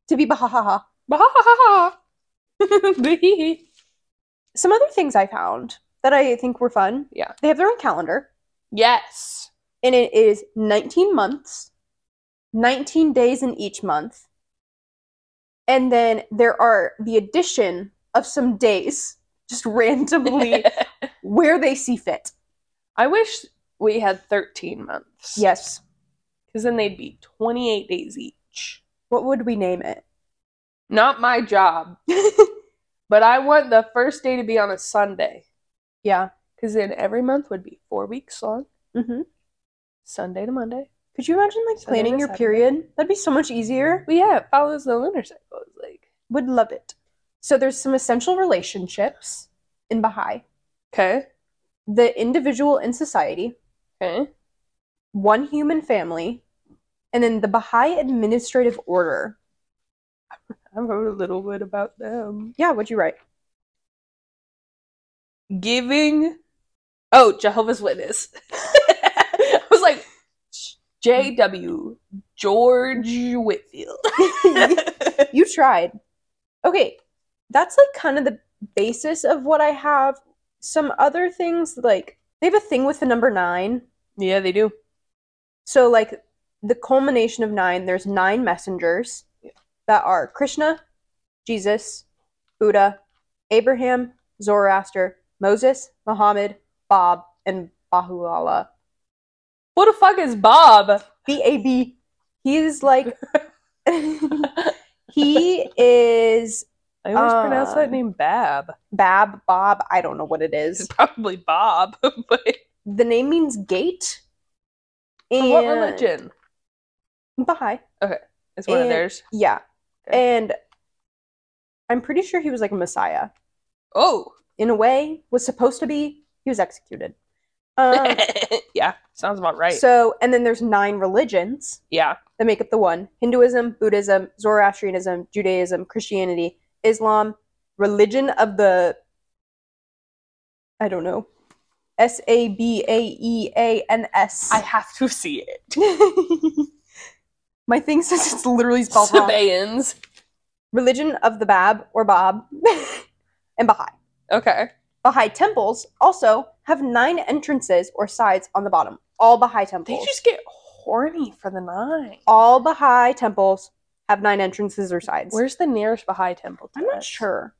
[SPEAKER 3] To be Baha'i.
[SPEAKER 2] [laughs] Baha'i.
[SPEAKER 3] Some other things I found that I think were fun.
[SPEAKER 2] Yeah.
[SPEAKER 3] They have their own calendar,
[SPEAKER 2] yes.
[SPEAKER 3] and it is 19 months, 19 days in each month. And then there are the addition of some days, just [laughs] randomly where they see fit.
[SPEAKER 2] I wish we had 13 months.
[SPEAKER 3] Yes.
[SPEAKER 2] Because then they'd be 28 days each.
[SPEAKER 3] What would we name it?
[SPEAKER 2] Not my job, but I want the first day to be on a Sunday.
[SPEAKER 3] yeah.
[SPEAKER 2] Because then every month would be four weeks long,
[SPEAKER 3] hmm
[SPEAKER 2] Sunday to Monday.
[SPEAKER 3] Could you imagine like
[SPEAKER 2] Sunday
[SPEAKER 3] planning
[SPEAKER 2] to
[SPEAKER 3] your
[SPEAKER 2] Saturday.
[SPEAKER 3] period? That'd be so much easier.
[SPEAKER 2] But yeah, it follows the lunar cycle. It's like,
[SPEAKER 3] Would love it. So there's some essential relationships in Baha'i.
[SPEAKER 2] okay,
[SPEAKER 3] the individual in society,
[SPEAKER 2] okay.
[SPEAKER 3] one human family, and then the Baha'i administrative order.
[SPEAKER 2] I wrote a little bit about them.
[SPEAKER 3] Yeah, what'd you write?
[SPEAKER 2] Giving. Oh, Jehovah's Witness. [laughs] I was like, J.W. George [laughs] Whitfield.
[SPEAKER 3] you tried. Okay, that's like kind of the basis of what I have. Some other things, like they have a thing with the number nine.
[SPEAKER 2] yeah, they do.
[SPEAKER 3] So, like the culmination of nine, there's nine messengers that are Krishna, Jesus, Buddha, Abraham, Zoroaster, Moses, Muhammad, Bob, and Baha'u'llah.
[SPEAKER 2] What the fuck is Bob?
[SPEAKER 3] B A [laughs] B. He's like he is
[SPEAKER 2] I always pronounce that
[SPEAKER 3] Um,
[SPEAKER 2] name Bab.
[SPEAKER 3] Bab, Bob, I don't know what it
[SPEAKER 2] It's
[SPEAKER 3] is.
[SPEAKER 2] probably Bob, [laughs] but
[SPEAKER 3] The name means gate.
[SPEAKER 2] From what
[SPEAKER 3] and-
[SPEAKER 2] religion
[SPEAKER 3] Baha'i.
[SPEAKER 2] is one of
[SPEAKER 3] And-
[SPEAKER 2] theirs?
[SPEAKER 3] Yeah.
[SPEAKER 2] Okay.
[SPEAKER 3] And I'm pretty sure he was like a messiah.
[SPEAKER 2] Oh,
[SPEAKER 3] In a way, was supposed to be. He was executed.
[SPEAKER 2] Uh,
[SPEAKER 3] Um,
[SPEAKER 2] [laughs] yeah, sounds about right.
[SPEAKER 3] So, and then there's nine religions
[SPEAKER 2] yeah,
[SPEAKER 3] that make up the one: Hinduism, Buddhism, Zoroastrianism, Judaism, Christianity, Islam, religion of the. I don't know. S A B A E A N S.
[SPEAKER 2] I have to see it. [laughs]
[SPEAKER 3] [laughs] My thing says it's literally spelled wrong.
[SPEAKER 2] Sabaeans.
[SPEAKER 3] religion of the Bab [laughs] or Bob, and Baha'i.
[SPEAKER 2] Okay.
[SPEAKER 3] Baha'i temples also have nine entrances or sides on the bottom. All Baha'i
[SPEAKER 2] They
[SPEAKER 3] temples.
[SPEAKER 2] just get horny for the nine.
[SPEAKER 3] All Baha'i temples have nine entrances or sides.
[SPEAKER 2] Where's the nearest Baha'i temple? to
[SPEAKER 3] I'm not
[SPEAKER 2] us?
[SPEAKER 3] sure.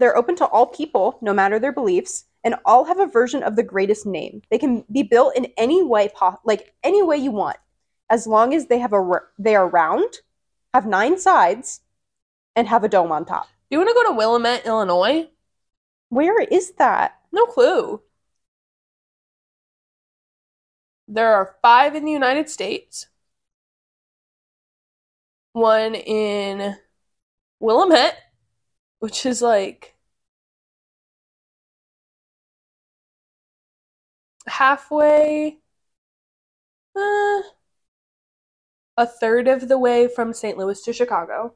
[SPEAKER 3] They're open to all people, no matter their beliefs, and all have a version of the greatest name. They can be built in any way, po- like any way you want, as long as they have a r- they are round, have nine sides, and have a dome on top.
[SPEAKER 2] You want to go to Willamette, Illinois?
[SPEAKER 3] Where is that?
[SPEAKER 2] No clue. There are five in the United States. One in Willamette, which is like halfway, uh, a third of the way from St. Louis to Chicago.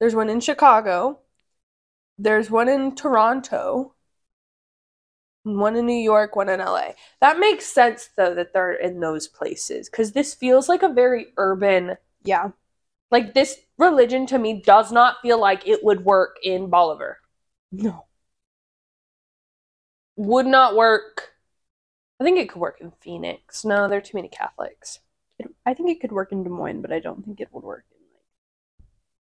[SPEAKER 2] There's one in Chicago. There's one in Toronto one in New York, one in LA. That makes sense though that they're in those places cuz this feels like a very urban
[SPEAKER 3] Yeah,
[SPEAKER 2] like this religion to me does not feel like it would work in Bolivar.
[SPEAKER 3] no.
[SPEAKER 2] Would not work. I think it could work in Phoenix. No, there are too many Catholics.
[SPEAKER 3] It, I think it could work in Des Moines, but I don't think it would work in like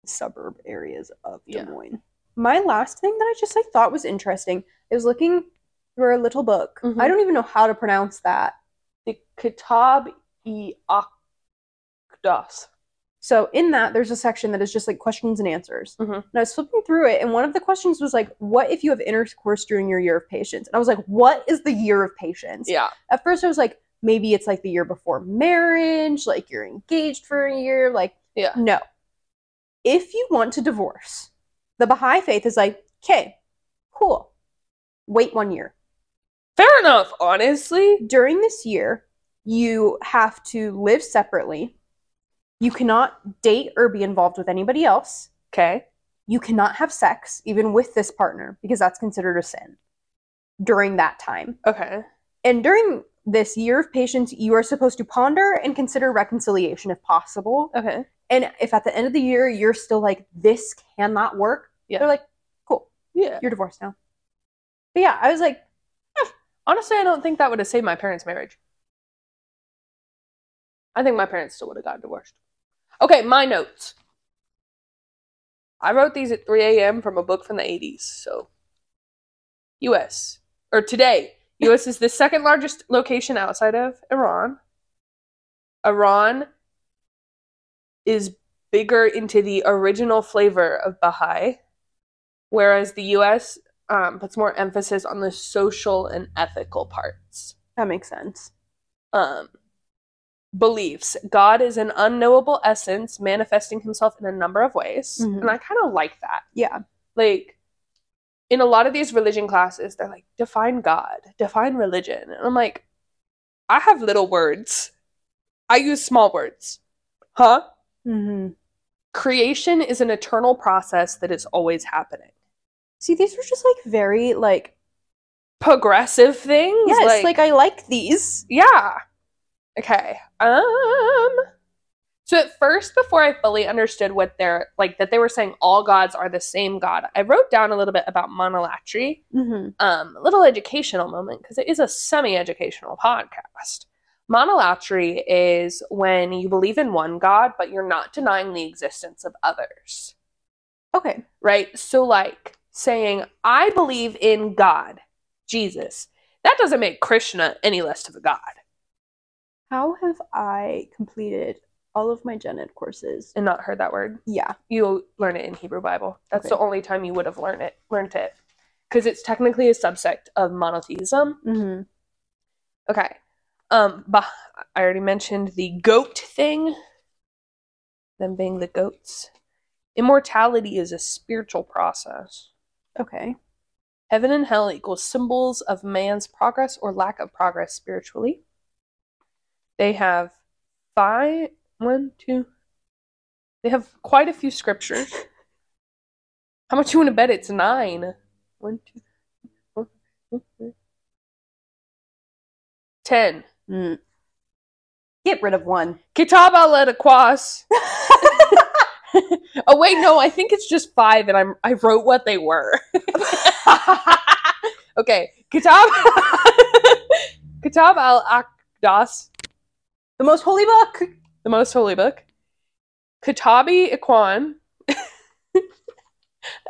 [SPEAKER 3] suburb areas of Des
[SPEAKER 2] Yeah.
[SPEAKER 3] Moines. My last thing that I just like thought was interesting. I was looking through our little book.
[SPEAKER 2] Mhm.
[SPEAKER 3] I don't even know how to pronounce that.
[SPEAKER 2] The Kitab i Akdas.
[SPEAKER 3] So in that, there's a section that is just like questions and answers.
[SPEAKER 2] Mhm.
[SPEAKER 3] And I was flipping through it, and one of the questions was like, "What if you have intercourse during your year of patience?" And I was like, "What is the year of patience?"
[SPEAKER 2] Yeah.
[SPEAKER 3] at first I was like, maybe it's like the year before marriage, like you're engaged for a year, like
[SPEAKER 2] Yeah.
[SPEAKER 3] No. If you want to divorce, the Baha'i faith is like, okay, cool. Wait one year.
[SPEAKER 2] Fair enough, honestly.
[SPEAKER 3] During this year, you have to live separately. You cannot date or be involved with anybody else.
[SPEAKER 2] Okay.
[SPEAKER 3] You cannot have sex, even with this partner, because that's considered a sin during that time.
[SPEAKER 2] Okay.
[SPEAKER 3] And during this year of patience, you are supposed to ponder and consider reconciliation if possible.
[SPEAKER 2] Okay.
[SPEAKER 3] And if at the end of the year you're still like, this cannot work,
[SPEAKER 2] Yeah.
[SPEAKER 3] they're like, cool,
[SPEAKER 2] Yeah.
[SPEAKER 3] you're divorced now. But yeah, I was like,
[SPEAKER 2] Honestly, I don't think that would have saved my parents' marriage. I think my parents still would have gotten divorced. Okay, my notes. I wrote these at 3 a.m. from a book from the 80s. So, U.S. or today, U.S. is the second largest location outside of Iran. Iran is bigger into the original flavor of Baha'i, whereas the U.S um, puts more emphasis on the social and ethical parts.
[SPEAKER 3] that makes sense.
[SPEAKER 2] Um, beliefs God is an unknowable essence manifesting himself in a number of ways.
[SPEAKER 3] Mhm.
[SPEAKER 2] And I kind of like that.
[SPEAKER 3] Yeah.
[SPEAKER 2] Like, in a lot of these religion classes, they're like, define God, define religion. And I'm like, I have little words, I use small words. Huh?
[SPEAKER 3] Mm-hmm.
[SPEAKER 2] Creation is an eternal process that is always happening.
[SPEAKER 3] See, these were just like very, like,
[SPEAKER 2] Progressive things?
[SPEAKER 3] yes, like I like these.
[SPEAKER 2] Yeah. Okay. Um so at first before I fully understood what they're like that they were saying all gods are the same god, I wrote down a little bit about monolatry.
[SPEAKER 3] Mm-hmm.
[SPEAKER 2] Um a little educational moment because it is a semi-educational podcast. Monolatry is when you believe in one god but you're not denying the existence of others
[SPEAKER 3] Okay.
[SPEAKER 2] right? So, like saying, I believe in God, Jesus, that doesn't make Krishna any less of a god.
[SPEAKER 3] How have I completed all of my gen ed courses.
[SPEAKER 2] and not heard that word.
[SPEAKER 3] Yeah.
[SPEAKER 2] You'll learn it in Hebrew Bible. That's
[SPEAKER 3] Okay.
[SPEAKER 2] the only time you would have learned it. Learned it because it's technically a subsect of monotheism.
[SPEAKER 3] Mm-hmm.
[SPEAKER 2] Okay. Um, bah, I already mentioned the goat thing. Them being the goats. Immortality is a spiritual process.
[SPEAKER 3] Okay.
[SPEAKER 2] Heaven and hell equals symbols of man's progress or lack of progress spiritually. They have five, one, two. They have quite a few scriptures. How much you want to bet it's nine? One, two, three, four, five, six, seven, eight. ten.
[SPEAKER 3] Mm. Get rid of one.
[SPEAKER 2] Kitaba Letakwas. Oh wait, no, I think it's just five, and I'm I wrote what they were. okay, Kitab [laughs] Kitab al Akdas,
[SPEAKER 3] the most holy book.
[SPEAKER 2] the most holy book. Kitabi Iquan. [laughs]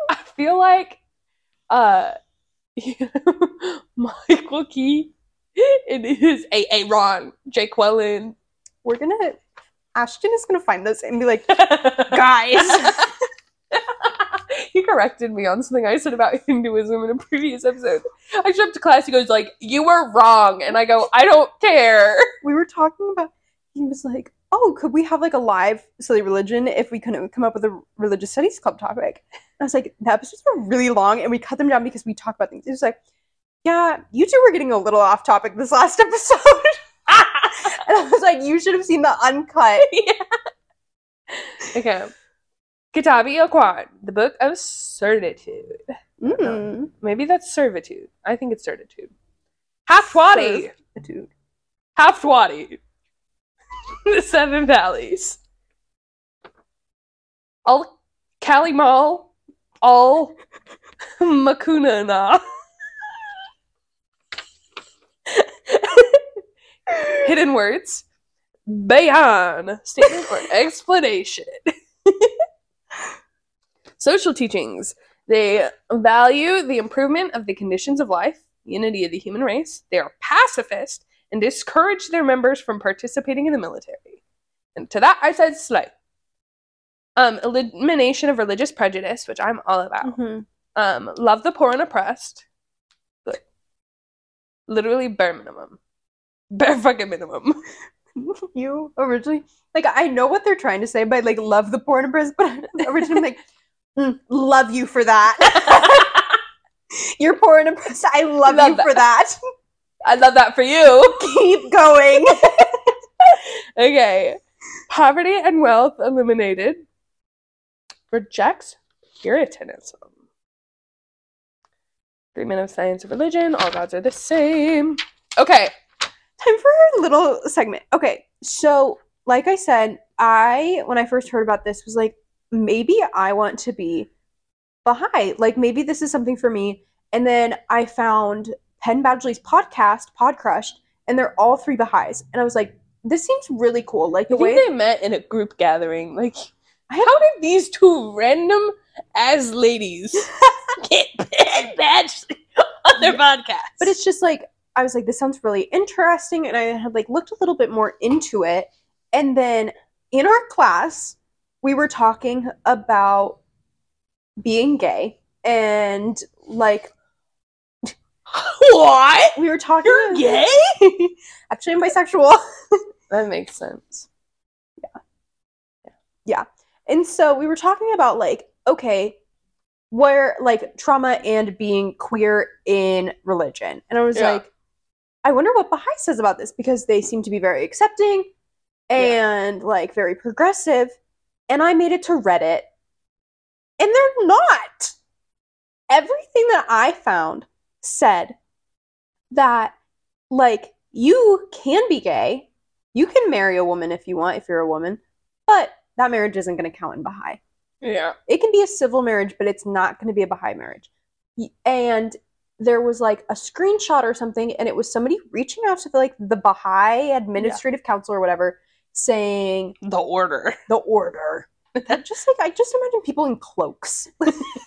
[SPEAKER 2] I feel like uh [laughs] Michael Key and his A.A. Ron, Jake Wellen.
[SPEAKER 3] We're gonna. Ashton is gonna find those and be like,
[SPEAKER 2] [laughs] guys. [laughs] he corrected me on something I said about Hinduism in a previous episode. I showed up to class. He goes like, "You were wrong," and I go, "I don't care."
[SPEAKER 3] [laughs]
[SPEAKER 2] [laughs]
[SPEAKER 3] we were talking about. He was like, "Oh, could we have like a live silly religion if we couldn't come up with a religious studies club topic?" And I was like, "The episodes were really long, and we cut them down because we talk about things." He was like, "Yeah, you two were getting a little off topic this last [laughs] episode," and I was like, "You should have seen the uncut."
[SPEAKER 2] okay. Kitabi Aquan, the book of certitude.
[SPEAKER 3] Mm.
[SPEAKER 2] Maybe that's servitude. I think it's certitude. Haftwadi,
[SPEAKER 3] Dude.
[SPEAKER 2] Haftwadi, [laughs] the Seven Valleys, Al Kalimal, Al [laughs] Makunana. [laughs] Hidden words. Bayan. Statement or explanation. [laughs] Social teachings. They value the improvement of the conditions of life, unity of the human race. They are pacifist and discourage their members from participating in the military. And to that I said slight. Um, elimination of religious prejudice, which I'm all about
[SPEAKER 3] Mhm.
[SPEAKER 2] um, love the poor and oppressed. Like, literally bare minimum. Bare fucking minimum. [laughs]
[SPEAKER 3] [laughs] you originally like I know what they're trying to say by like love the porn press, but [laughs] originally I'm like mm, love you for that.
[SPEAKER 2] [laughs]
[SPEAKER 3] [laughs] You're poor and oppressed. I love,
[SPEAKER 2] Love
[SPEAKER 3] you for that.
[SPEAKER 2] I love that for you.
[SPEAKER 3] [laughs] Keep going.
[SPEAKER 2] [laughs] Okay. Poverty and wealth eliminated. Rejects Puritanism. Three men of science and religion. All gods are the same. Okay.
[SPEAKER 3] Time for a little segment. Okay, so like I said, I when I first heard about this was like maybe I want to be Baha'i. Like maybe this is something for me. And then I found Penn Badgley's podcast, Pod Crushed, and they're all three Baha'is. And I was like, this seems really cool. Like
[SPEAKER 2] I
[SPEAKER 3] the way
[SPEAKER 2] think they met in a group gathering. Like,
[SPEAKER 3] I
[SPEAKER 2] how
[SPEAKER 3] have-
[SPEAKER 2] did these two random as
[SPEAKER 3] [laughs]
[SPEAKER 2] ladies get badged on their podcast?
[SPEAKER 3] But it's just like I was like, this sounds really interesting, and I had like looked a little bit more into it, and then in our class we were talking about being gay, and like
[SPEAKER 2] what?
[SPEAKER 3] we were talking.
[SPEAKER 2] You're gay?
[SPEAKER 3] [laughs] Actually, I'm bisexual,
[SPEAKER 2] That makes sense.
[SPEAKER 3] and so we were talking about like okay, where like trauma and being queer in religion, and I was
[SPEAKER 2] Yeah.
[SPEAKER 3] like, I wonder what Baha'i says about this because they seem to be very accepting and like very progressive. And I made it to Reddit, and they're not. Everything that I found said that, like, you can be gay, you can marry a woman if you want, if you're a woman, but that marriage isn't going to count in Baha'i
[SPEAKER 2] Yeah.
[SPEAKER 3] it can be a civil marriage, but it's not going to be a Baha'i marriage. Y- And there was like a screenshot or something, and it was somebody reaching out to like the Baha'i administrative council or whatever, saying
[SPEAKER 2] The order. [laughs]
[SPEAKER 3] the order. That just like I just imagine people in cloaks.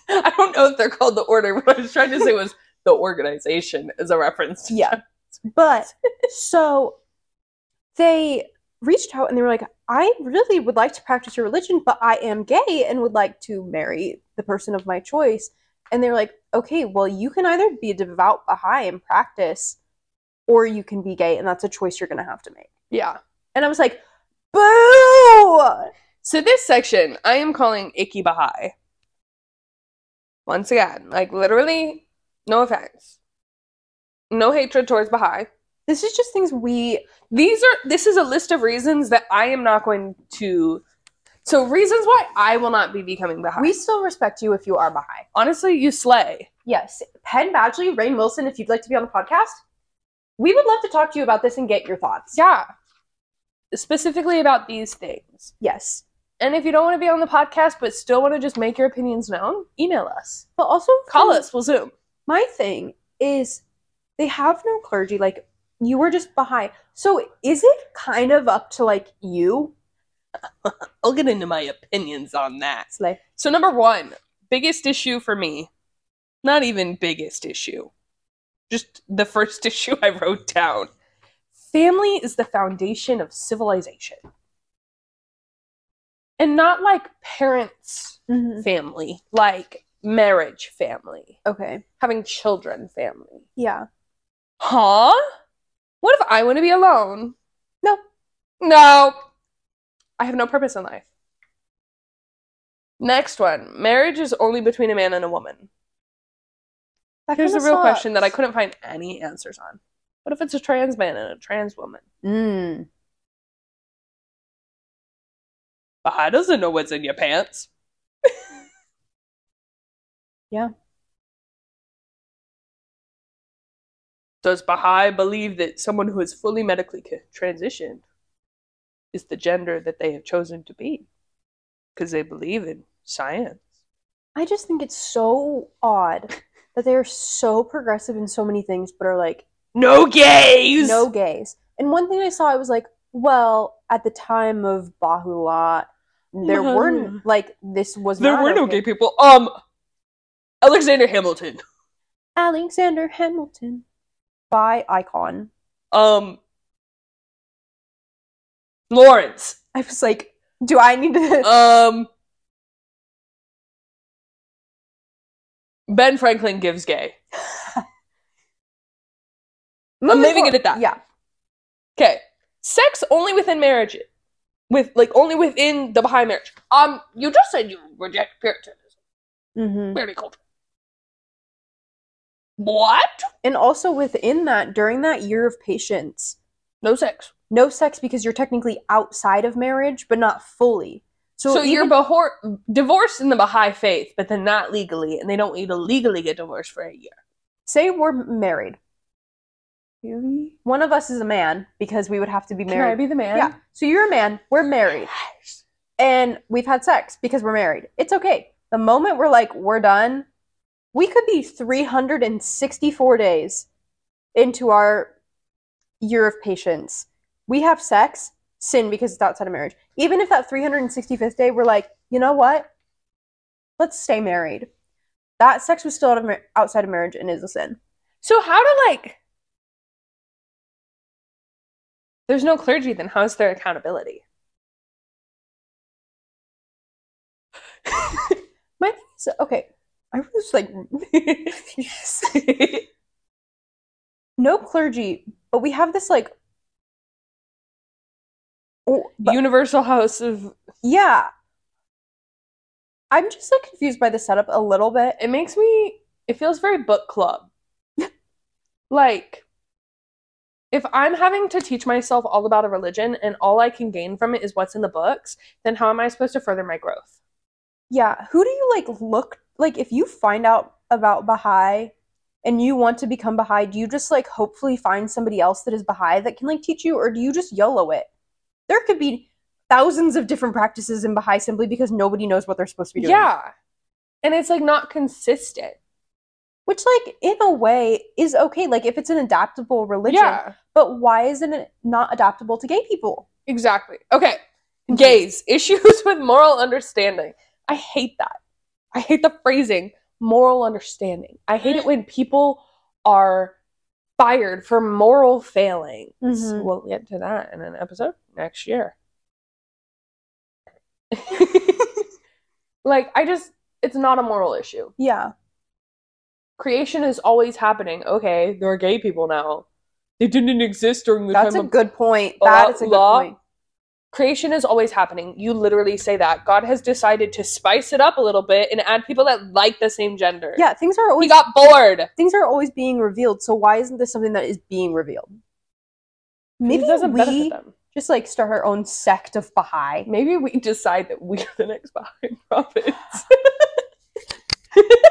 [SPEAKER 2] I don't know if they're called the order. What I was trying to say was the organization as a reference. [laughs]
[SPEAKER 3] Yeah. But so they reached out and they were like, I really would like to practice your religion, but I am gay and would like to marry the person of my choice. And they're like, okay, well, you can either be a devout Baha'i and practice, or you can be gay, and that's a choice you're going to have to make.
[SPEAKER 2] Yeah.
[SPEAKER 3] And I was like, boo!
[SPEAKER 2] So this section, I am calling Icky Baha'i. Once again, like literally, no offense, no hatred towards Baha'i.
[SPEAKER 3] This is just things we.
[SPEAKER 2] These are this is a list of reasons that I am not going to. So reasons why I will not be becoming Baha'i.
[SPEAKER 3] We still respect you if you are Baha'i.
[SPEAKER 2] Honestly, you slay.
[SPEAKER 3] Yes. Penn Badgley, Rain Wilson, if you'd like to be on the podcast, we would love to talk to you about this and get your thoughts.
[SPEAKER 2] Yeah. Specifically about these things.
[SPEAKER 3] Yes.
[SPEAKER 2] And if you don't want to be on the podcast but still want to just make your opinions known, email us.
[SPEAKER 3] But also,
[SPEAKER 2] Call us, we'll Zoom.
[SPEAKER 3] my thing is they have no clergy like you were just behind so is it kind of up to like you
[SPEAKER 2] I'll get into my opinions on that.
[SPEAKER 3] it's like
[SPEAKER 2] So number one, biggest issue for me, not even biggest issue, just the first [laughs] issue I wrote down. Family is the foundation of civilization. And not like parents family, like marriage family,
[SPEAKER 3] okay
[SPEAKER 2] having children family.
[SPEAKER 3] yeah
[SPEAKER 2] Huh? What if I want to be alone?
[SPEAKER 3] No.
[SPEAKER 2] No. I have no purpose in life. Next one. Marriage is only between a man and a woman.
[SPEAKER 3] that
[SPEAKER 2] Here's a
[SPEAKER 3] kinda
[SPEAKER 2] real
[SPEAKER 3] sucks.
[SPEAKER 2] question that I couldn't find any answers on. What if it's a trans man and a trans woman?
[SPEAKER 3] mm.
[SPEAKER 2] Baha'i doesn't know what's in your pants.
[SPEAKER 3] [laughs] Yeah.
[SPEAKER 2] Does Baha'i believe that someone who is fully medically c- transitioned is the gender that they have chosen to be? Because they believe in science.
[SPEAKER 3] i just think it's so odd
[SPEAKER 2] [laughs]
[SPEAKER 3] that they are so progressive in so many things but are like
[SPEAKER 2] No gays!
[SPEAKER 3] no gays and one thing i saw i was like well at the time of baha'u'llah there
[SPEAKER 2] Baha'u'llah.
[SPEAKER 3] weren't like this was
[SPEAKER 2] Uh-huh. There
[SPEAKER 3] not
[SPEAKER 2] were no gay
[SPEAKER 3] okay.
[SPEAKER 2] people. Um, Alexander Hamilton.
[SPEAKER 3] alexander hamilton by icon
[SPEAKER 2] Um, Lawrence.
[SPEAKER 3] I was like, do I need to?
[SPEAKER 2] Um, Ben Franklin gives gay.
[SPEAKER 3] Moving
[SPEAKER 2] leaving
[SPEAKER 3] forward-
[SPEAKER 2] it at that.
[SPEAKER 3] Yeah.
[SPEAKER 2] Okay, sex only within marriage, with like only within the Baha'i marriage. Um, you just said you reject Puritanism,
[SPEAKER 3] hmm
[SPEAKER 2] purity culture. What?
[SPEAKER 3] And also within that, during that year of patience,
[SPEAKER 2] No sex.
[SPEAKER 3] no sex because you're technically outside of marriage, but not fully. So,
[SPEAKER 2] So, you're
[SPEAKER 3] even-
[SPEAKER 2] bahor- divorced in the Baha'i faith, but then not legally, and they don't need to legally get divorced for a year.
[SPEAKER 3] say we're married.
[SPEAKER 2] Really?
[SPEAKER 3] One of us is a man because we would have to be
[SPEAKER 2] Can I
[SPEAKER 3] married.
[SPEAKER 2] be the man?
[SPEAKER 3] Yeah. So you're a man. We're married,
[SPEAKER 2] Yes.
[SPEAKER 3] and we've had sex because we're married. It's okay. The moment we're like we're done, we could be 364 days into our year of patience. We have sex, sin because it's outside of marriage. Even if that 365th day, we're like, you know what? Let's stay married. That sex was still out of mar- outside of marriage and is a sin.
[SPEAKER 2] So how do like there's no clergy then how's there accountability?
[SPEAKER 3] My thing is, okay, I was like, [laughs] yes. no clergy, but we have this like, oh, but-
[SPEAKER 2] Universal house of
[SPEAKER 3] yeah. I'm just like confused by the setup a little bit.
[SPEAKER 2] it makes me it feels very book club. [laughs] like if I'm having to teach myself all about a religion and all I can gain from it is what's in the books, then how am I supposed to further my growth?
[SPEAKER 3] Yeah, who do you like look like if you find out about Baha'i and you want to become Baha'i, do you just like hopefully find somebody else that is Baha'i that can like teach you, or do you just YOLO it? There could be thousands of different practices in Baha'i simply because nobody knows what they're supposed to be doing.
[SPEAKER 2] Yeah. And it's like not consistent.
[SPEAKER 3] Which like in a way is okay, like if it's an adaptable religion,
[SPEAKER 2] Yeah.
[SPEAKER 3] but why isn't it not adaptable to gay people?
[SPEAKER 2] Exactly. Okay. Gays, [laughs] issues with moral understanding. I hate that. I hate the phrasing moral understanding. I hate it when people are fired for moral failings.
[SPEAKER 3] Mhm.
[SPEAKER 2] We'll get to that in an episode next year. like I just it's not a moral issue.
[SPEAKER 3] Yeah.
[SPEAKER 2] Creation is always happening. Okay, there are gay people now. They didn't exist during the
[SPEAKER 3] That's a
[SPEAKER 2] time of
[SPEAKER 3] good point.
[SPEAKER 2] Law-
[SPEAKER 3] That is a good
[SPEAKER 2] law-
[SPEAKER 3] point.
[SPEAKER 2] creation is always happening. You literally say that. God has decided to spice it up a little bit and add people that like the same gender.
[SPEAKER 3] Yeah, things are
[SPEAKER 2] He
[SPEAKER 3] always
[SPEAKER 2] got bored.
[SPEAKER 3] things are always being revealed. So why isn't this something that is being revealed? Maybe
[SPEAKER 2] it doesn't benefit
[SPEAKER 3] we
[SPEAKER 2] them.
[SPEAKER 3] just like start our own sect of Baha'i.
[SPEAKER 2] Maybe we decide that we're the next [laughs] Baha'i prophets. [laughs]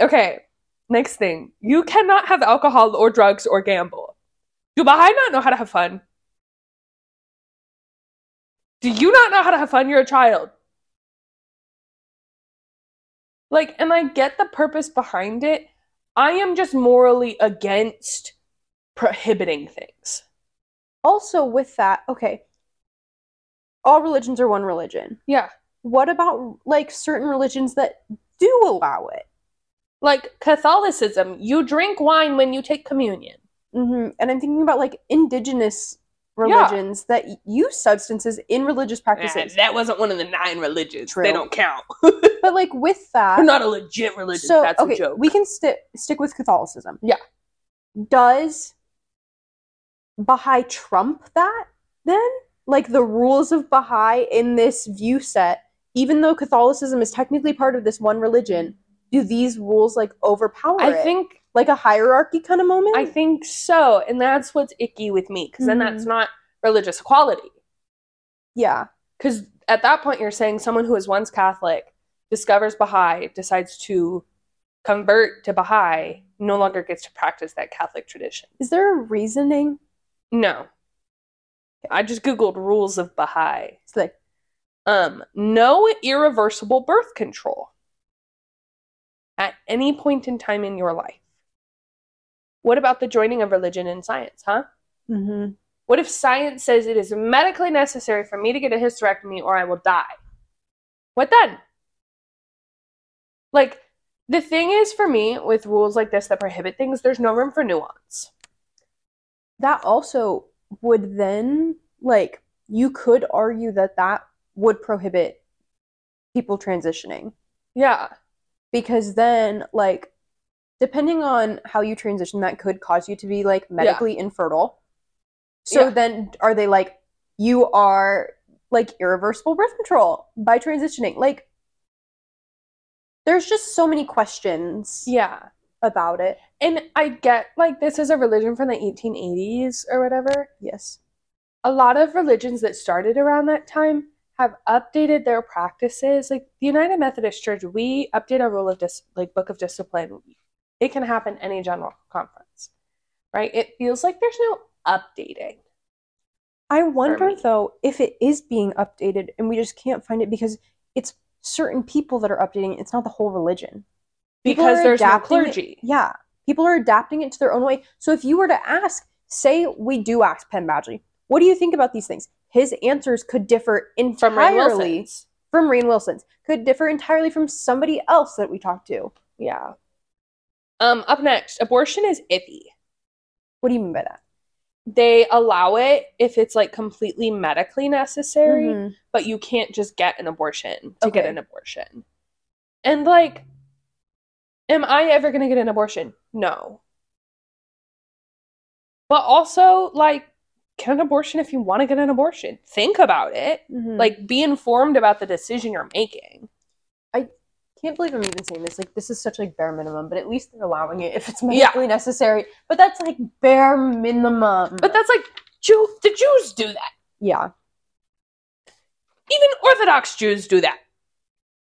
[SPEAKER 2] okay, next thing. You cannot have alcohol or drugs or gamble. Do Baha'i not know how to have fun? Do you not know how to have fun? You're a child. Like, and I get the purpose behind it. I am just morally against prohibiting things.
[SPEAKER 3] Also, with that, okay, all religions are one religion.
[SPEAKER 2] Yeah.
[SPEAKER 3] What about like certain religions that do allow it?
[SPEAKER 2] like Catholicism, you drink wine when you take communion.
[SPEAKER 3] hmm And I'm thinking about like indigenous
[SPEAKER 2] Yeah.
[SPEAKER 3] religions that y- use substances in religious practices.
[SPEAKER 2] that wasn't one of the nine religions.
[SPEAKER 3] True.
[SPEAKER 2] They don't count.
[SPEAKER 3] But like with
[SPEAKER 2] We're
[SPEAKER 3] that,
[SPEAKER 2] not a legit religion.
[SPEAKER 3] so
[SPEAKER 2] That's
[SPEAKER 3] okay,
[SPEAKER 2] a joke.
[SPEAKER 3] we can stick stick with Catholicism.
[SPEAKER 2] Yeah.
[SPEAKER 3] Does Baha'i trump that then? Like the rules of Baha'i in this view set, even though Catholicism is technically part of this one religion, do these rules like overpower
[SPEAKER 2] I
[SPEAKER 3] it?
[SPEAKER 2] think
[SPEAKER 3] like a hierarchy kind of moment.
[SPEAKER 2] I think so, and that's what's icky with me because then
[SPEAKER 3] Mhm.
[SPEAKER 2] that's not religious equality.
[SPEAKER 3] yeah,
[SPEAKER 2] Because at that point, you're saying someone who was once Catholic discovers Baha'i, decides to convert to Baha'i, no longer gets to practice that Catholic tradition.
[SPEAKER 3] is there a reasoning?
[SPEAKER 2] No, I just googled rules of Baha'i.
[SPEAKER 3] It's like
[SPEAKER 2] Um, no irreversible birth control at any point in time in your life. What about the joining of religion and science, huh?
[SPEAKER 3] hmm
[SPEAKER 2] What if science says it is medically necessary for me to get a hysterectomy or I will die? What then? Like, the thing is for me with rules like this that prohibit things, there's no room for nuance.
[SPEAKER 3] that also would then like you could argue that that would prohibit people transitioning
[SPEAKER 2] Yeah.
[SPEAKER 3] because then like depending on how you transition that could cause you to be like medically infertile. So
[SPEAKER 2] Yeah.
[SPEAKER 3] then are they like you are like irreversible birth control by transitioning? Like there's just so many questions
[SPEAKER 2] Yeah.
[SPEAKER 3] about it.
[SPEAKER 2] And I get like this is a religion from the 1880s or whatever.
[SPEAKER 3] Yes.
[SPEAKER 2] a lot of religions that started around that time have updated their practices. Like the United Methodist Church, we update our rule of dis- like book of discipline. It can happen any general conference, right? It feels like there's no updating.
[SPEAKER 3] I wonder
[SPEAKER 2] me.
[SPEAKER 3] though if it is being updated and we just can't find it because it's certain people that are updating it. It's not the whole religion. People
[SPEAKER 2] Because
[SPEAKER 3] are
[SPEAKER 2] there's no
[SPEAKER 3] adapting it-
[SPEAKER 2] clergy.
[SPEAKER 3] Yeah. People are adapting it to their own way. So if you were to ask, say we do ask Penn Badgley, what do you think about these things? His answers could differ entirely
[SPEAKER 2] From Rainn Wilson's.
[SPEAKER 3] from Rainn Wilson's, could differ entirely from somebody else that we talked to.
[SPEAKER 2] Yeah. Um, up next, abortion is iffy.
[SPEAKER 3] What do you mean by that?
[SPEAKER 2] They allow it if it's like completely medically
[SPEAKER 3] Mm-hmm.
[SPEAKER 2] necessary. but you can't just get an abortion to get
[SPEAKER 3] Okay.
[SPEAKER 2] an abortion. And like, am I ever going to get an abortion? No. But also, like, get an abortion if you want to get an abortion. Think about it.
[SPEAKER 3] Mhm.
[SPEAKER 2] Like, be informed about the decision you're making.
[SPEAKER 3] can't believe I'm even saying this. Like, this is such like bare minimum, but at least they're allowing it if it's
[SPEAKER 2] Yeah.
[SPEAKER 3] medically necessary. But that's like bare minimum.
[SPEAKER 2] But that's like, Jew- the Jews do that.
[SPEAKER 3] yeah,
[SPEAKER 2] Even Orthodox Jews do that.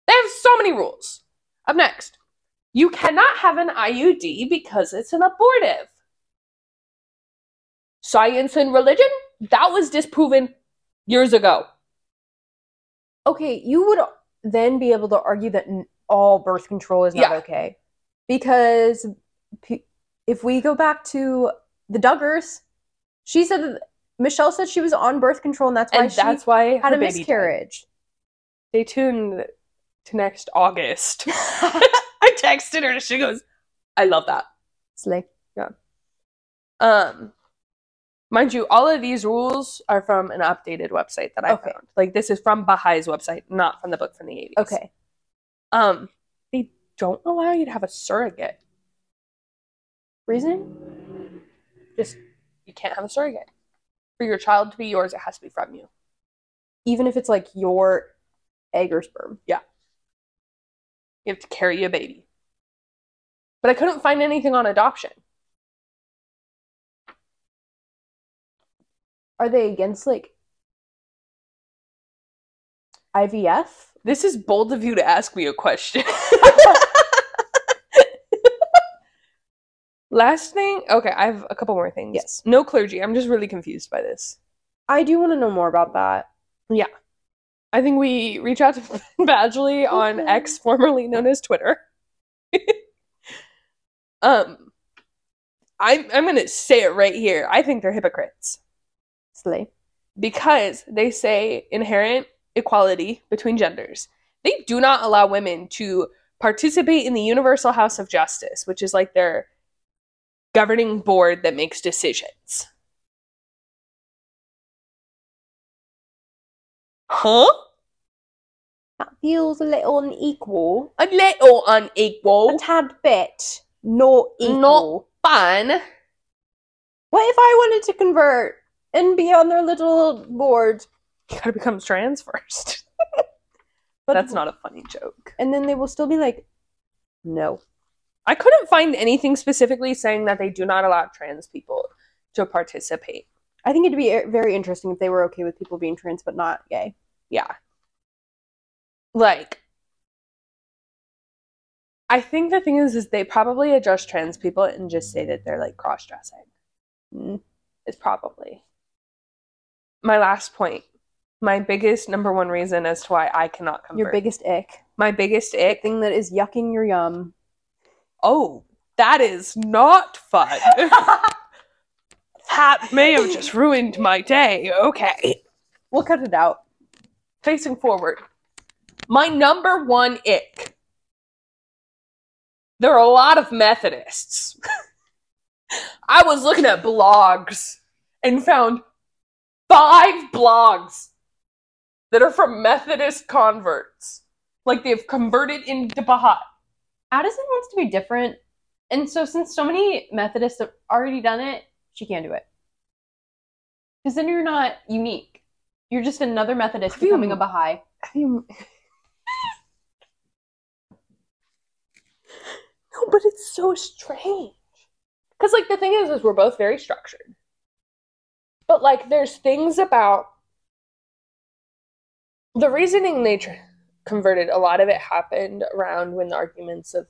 [SPEAKER 2] They have so many rules. Up next, you cannot have an IUD because it's an abortive. Science and religion, that was disproven years ago.
[SPEAKER 3] okay. You would then be able to argue that n- all birth control is not
[SPEAKER 2] Yeah.
[SPEAKER 3] okay because p- if we go back to the Duggars, she said that Michelle said she was on birth control, and that's why
[SPEAKER 2] and
[SPEAKER 3] she
[SPEAKER 2] that's why
[SPEAKER 3] had
[SPEAKER 2] her
[SPEAKER 3] a
[SPEAKER 2] baby
[SPEAKER 3] miscarriage.
[SPEAKER 2] died. Stay tuned to next
[SPEAKER 3] [laughs]
[SPEAKER 2] August. [laughs] I texted her and she goes, I love that.
[SPEAKER 3] It's like
[SPEAKER 2] Um Mind you, all of these rules are from an updated website that I
[SPEAKER 3] Okay.
[SPEAKER 2] found. Like this is from Baha'is website, not from the book from the 80s.
[SPEAKER 3] Okay.
[SPEAKER 2] Um, they don't allow you to have a surrogate.
[SPEAKER 3] Reasoning?
[SPEAKER 2] Just you can't have a surrogate. For your child to be yours, it has to be from you.
[SPEAKER 3] Even if it's like your egg or sperm.
[SPEAKER 2] You have to carry a baby. But I couldn't find anything on adoption.
[SPEAKER 3] Are they against like IVF?
[SPEAKER 2] This is bold of you to ask me a
[SPEAKER 3] [laughs]
[SPEAKER 2] question. Last thing, okay, I have a couple more things.
[SPEAKER 3] Yes.
[SPEAKER 2] No clergy. I'm just really confused by this.
[SPEAKER 3] I do want to know more about that.
[SPEAKER 2] I think we reach out to [laughs] Finn Badgley on
[SPEAKER 3] Okay.
[SPEAKER 2] X, formerly known as Twitter. [laughs] um, I'm I'm gonna say it right here. I think they're hypocrites
[SPEAKER 3] Slay.
[SPEAKER 2] because they say inherent equality between genders. They do not allow women to participate in the Universal House of Justice, which is like their governing board that makes decisions. Huh?
[SPEAKER 3] That feels a little unequal.
[SPEAKER 2] a little unequal.
[SPEAKER 3] A tad bit. Oh. Not equal.
[SPEAKER 2] Fun.
[SPEAKER 3] What if I wanted to convert and be on their little board?
[SPEAKER 2] You gotta become trans [laughs] first.
[SPEAKER 3] But
[SPEAKER 2] That's not a funny joke.
[SPEAKER 3] And then they will still be like, no.
[SPEAKER 2] I couldn't find anything specifically saying that they do not allow trans people to participate.
[SPEAKER 3] I think it'd be e- very interesting if they were okay with people being trans but not gay.
[SPEAKER 2] Yeah. Like, I think the thing is, is they probably address trans people and just say that they're like cross dressing. Hmm.
[SPEAKER 3] Mm.
[SPEAKER 2] is probably my last point. My biggest number one reason as to why I cannot convert.
[SPEAKER 3] Your biggest ick.
[SPEAKER 2] my biggest ick.
[SPEAKER 3] Thing that is yucking your yum.
[SPEAKER 2] Oh, that is not fun. that may have just ruined my day. Okay.
[SPEAKER 3] We'll cut it out.
[SPEAKER 2] Facing forward. My number one ick. There are a lot of Methodists. [laughs] I was looking at blogs and found five blogs that are from Methodist converts. Like they've converted into Baha'i.
[SPEAKER 3] Addison wants to be different. And so, since so many Methodists have already done it, she can't do it. Because then you're not unique. You're just another Methodist
[SPEAKER 2] What do you
[SPEAKER 3] becoming
[SPEAKER 2] mean?
[SPEAKER 3] a Baha'i.
[SPEAKER 2] Have you- no, but it's so strange. Because, like, the thing is, is we're both very structured. But, like, there's things about the reasoning they tr- converted, a lot of it happened around when the arguments of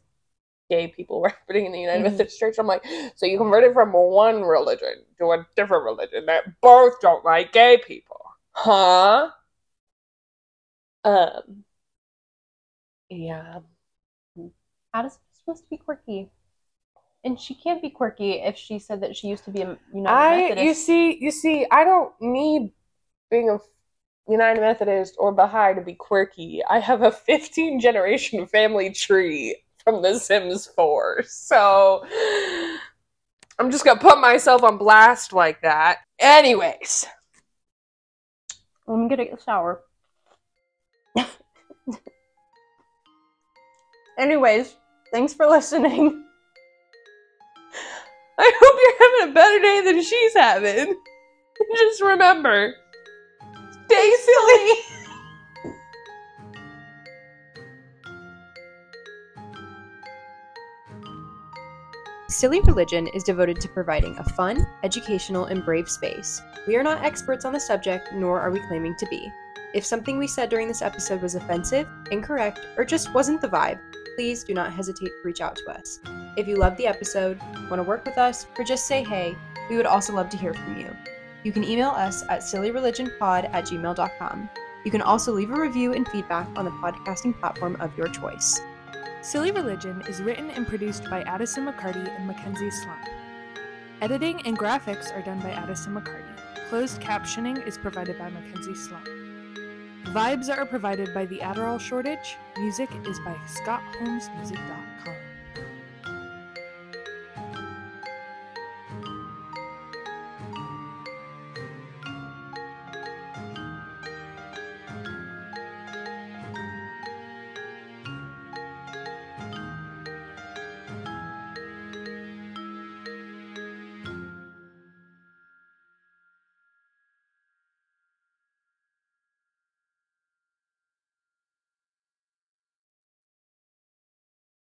[SPEAKER 2] gay people were [laughs] happening in the United
[SPEAKER 3] Mhm.
[SPEAKER 2] Methodist Church. I'm like, so you converted from one religion to a different religion that both don't like gay people. Huh? Um. Yeah.
[SPEAKER 3] Addison's supposed to be quirky. And she can't be quirky if she said that she used to be a United
[SPEAKER 2] I
[SPEAKER 3] Methodist.
[SPEAKER 2] you see you see I don't need being a United Methodist or Baha'i to be quirky. I have a 15 generation family tree from The Sims 4, so I'm just gonna put myself on blast like that. Anyways,
[SPEAKER 3] I'm gonna get a shower. Anyways, thanks for listening.
[SPEAKER 2] [laughs] I hope you're having a better day than she's having. [laughs] just remember, stay silly.
[SPEAKER 3] [laughs]
[SPEAKER 4] Silly Religion is devoted to providing a fun, educational, and brave space. We are not experts on the subject, nor are we claiming to be. If something we said during this episode was offensive, incorrect, or just wasn't the vibe, please do not hesitate to reach out to us. If you love the episode, want to work with us, or just say hey, we would also love to hear from you. You can email us at sillyreligionpod at gmail.com. You can also leave a review and feedback on the podcasting platform of your choice.
[SPEAKER 1] Silly Religion is written and produced by Addison McCarty and Mackenzie Slump. Editing and graphics are done by Addison McCarty. Closed captioning is provided by Mackenzie Slump. Vibes are provided by The Adderall Shortage. Music is by ScottHolmesmusic.com.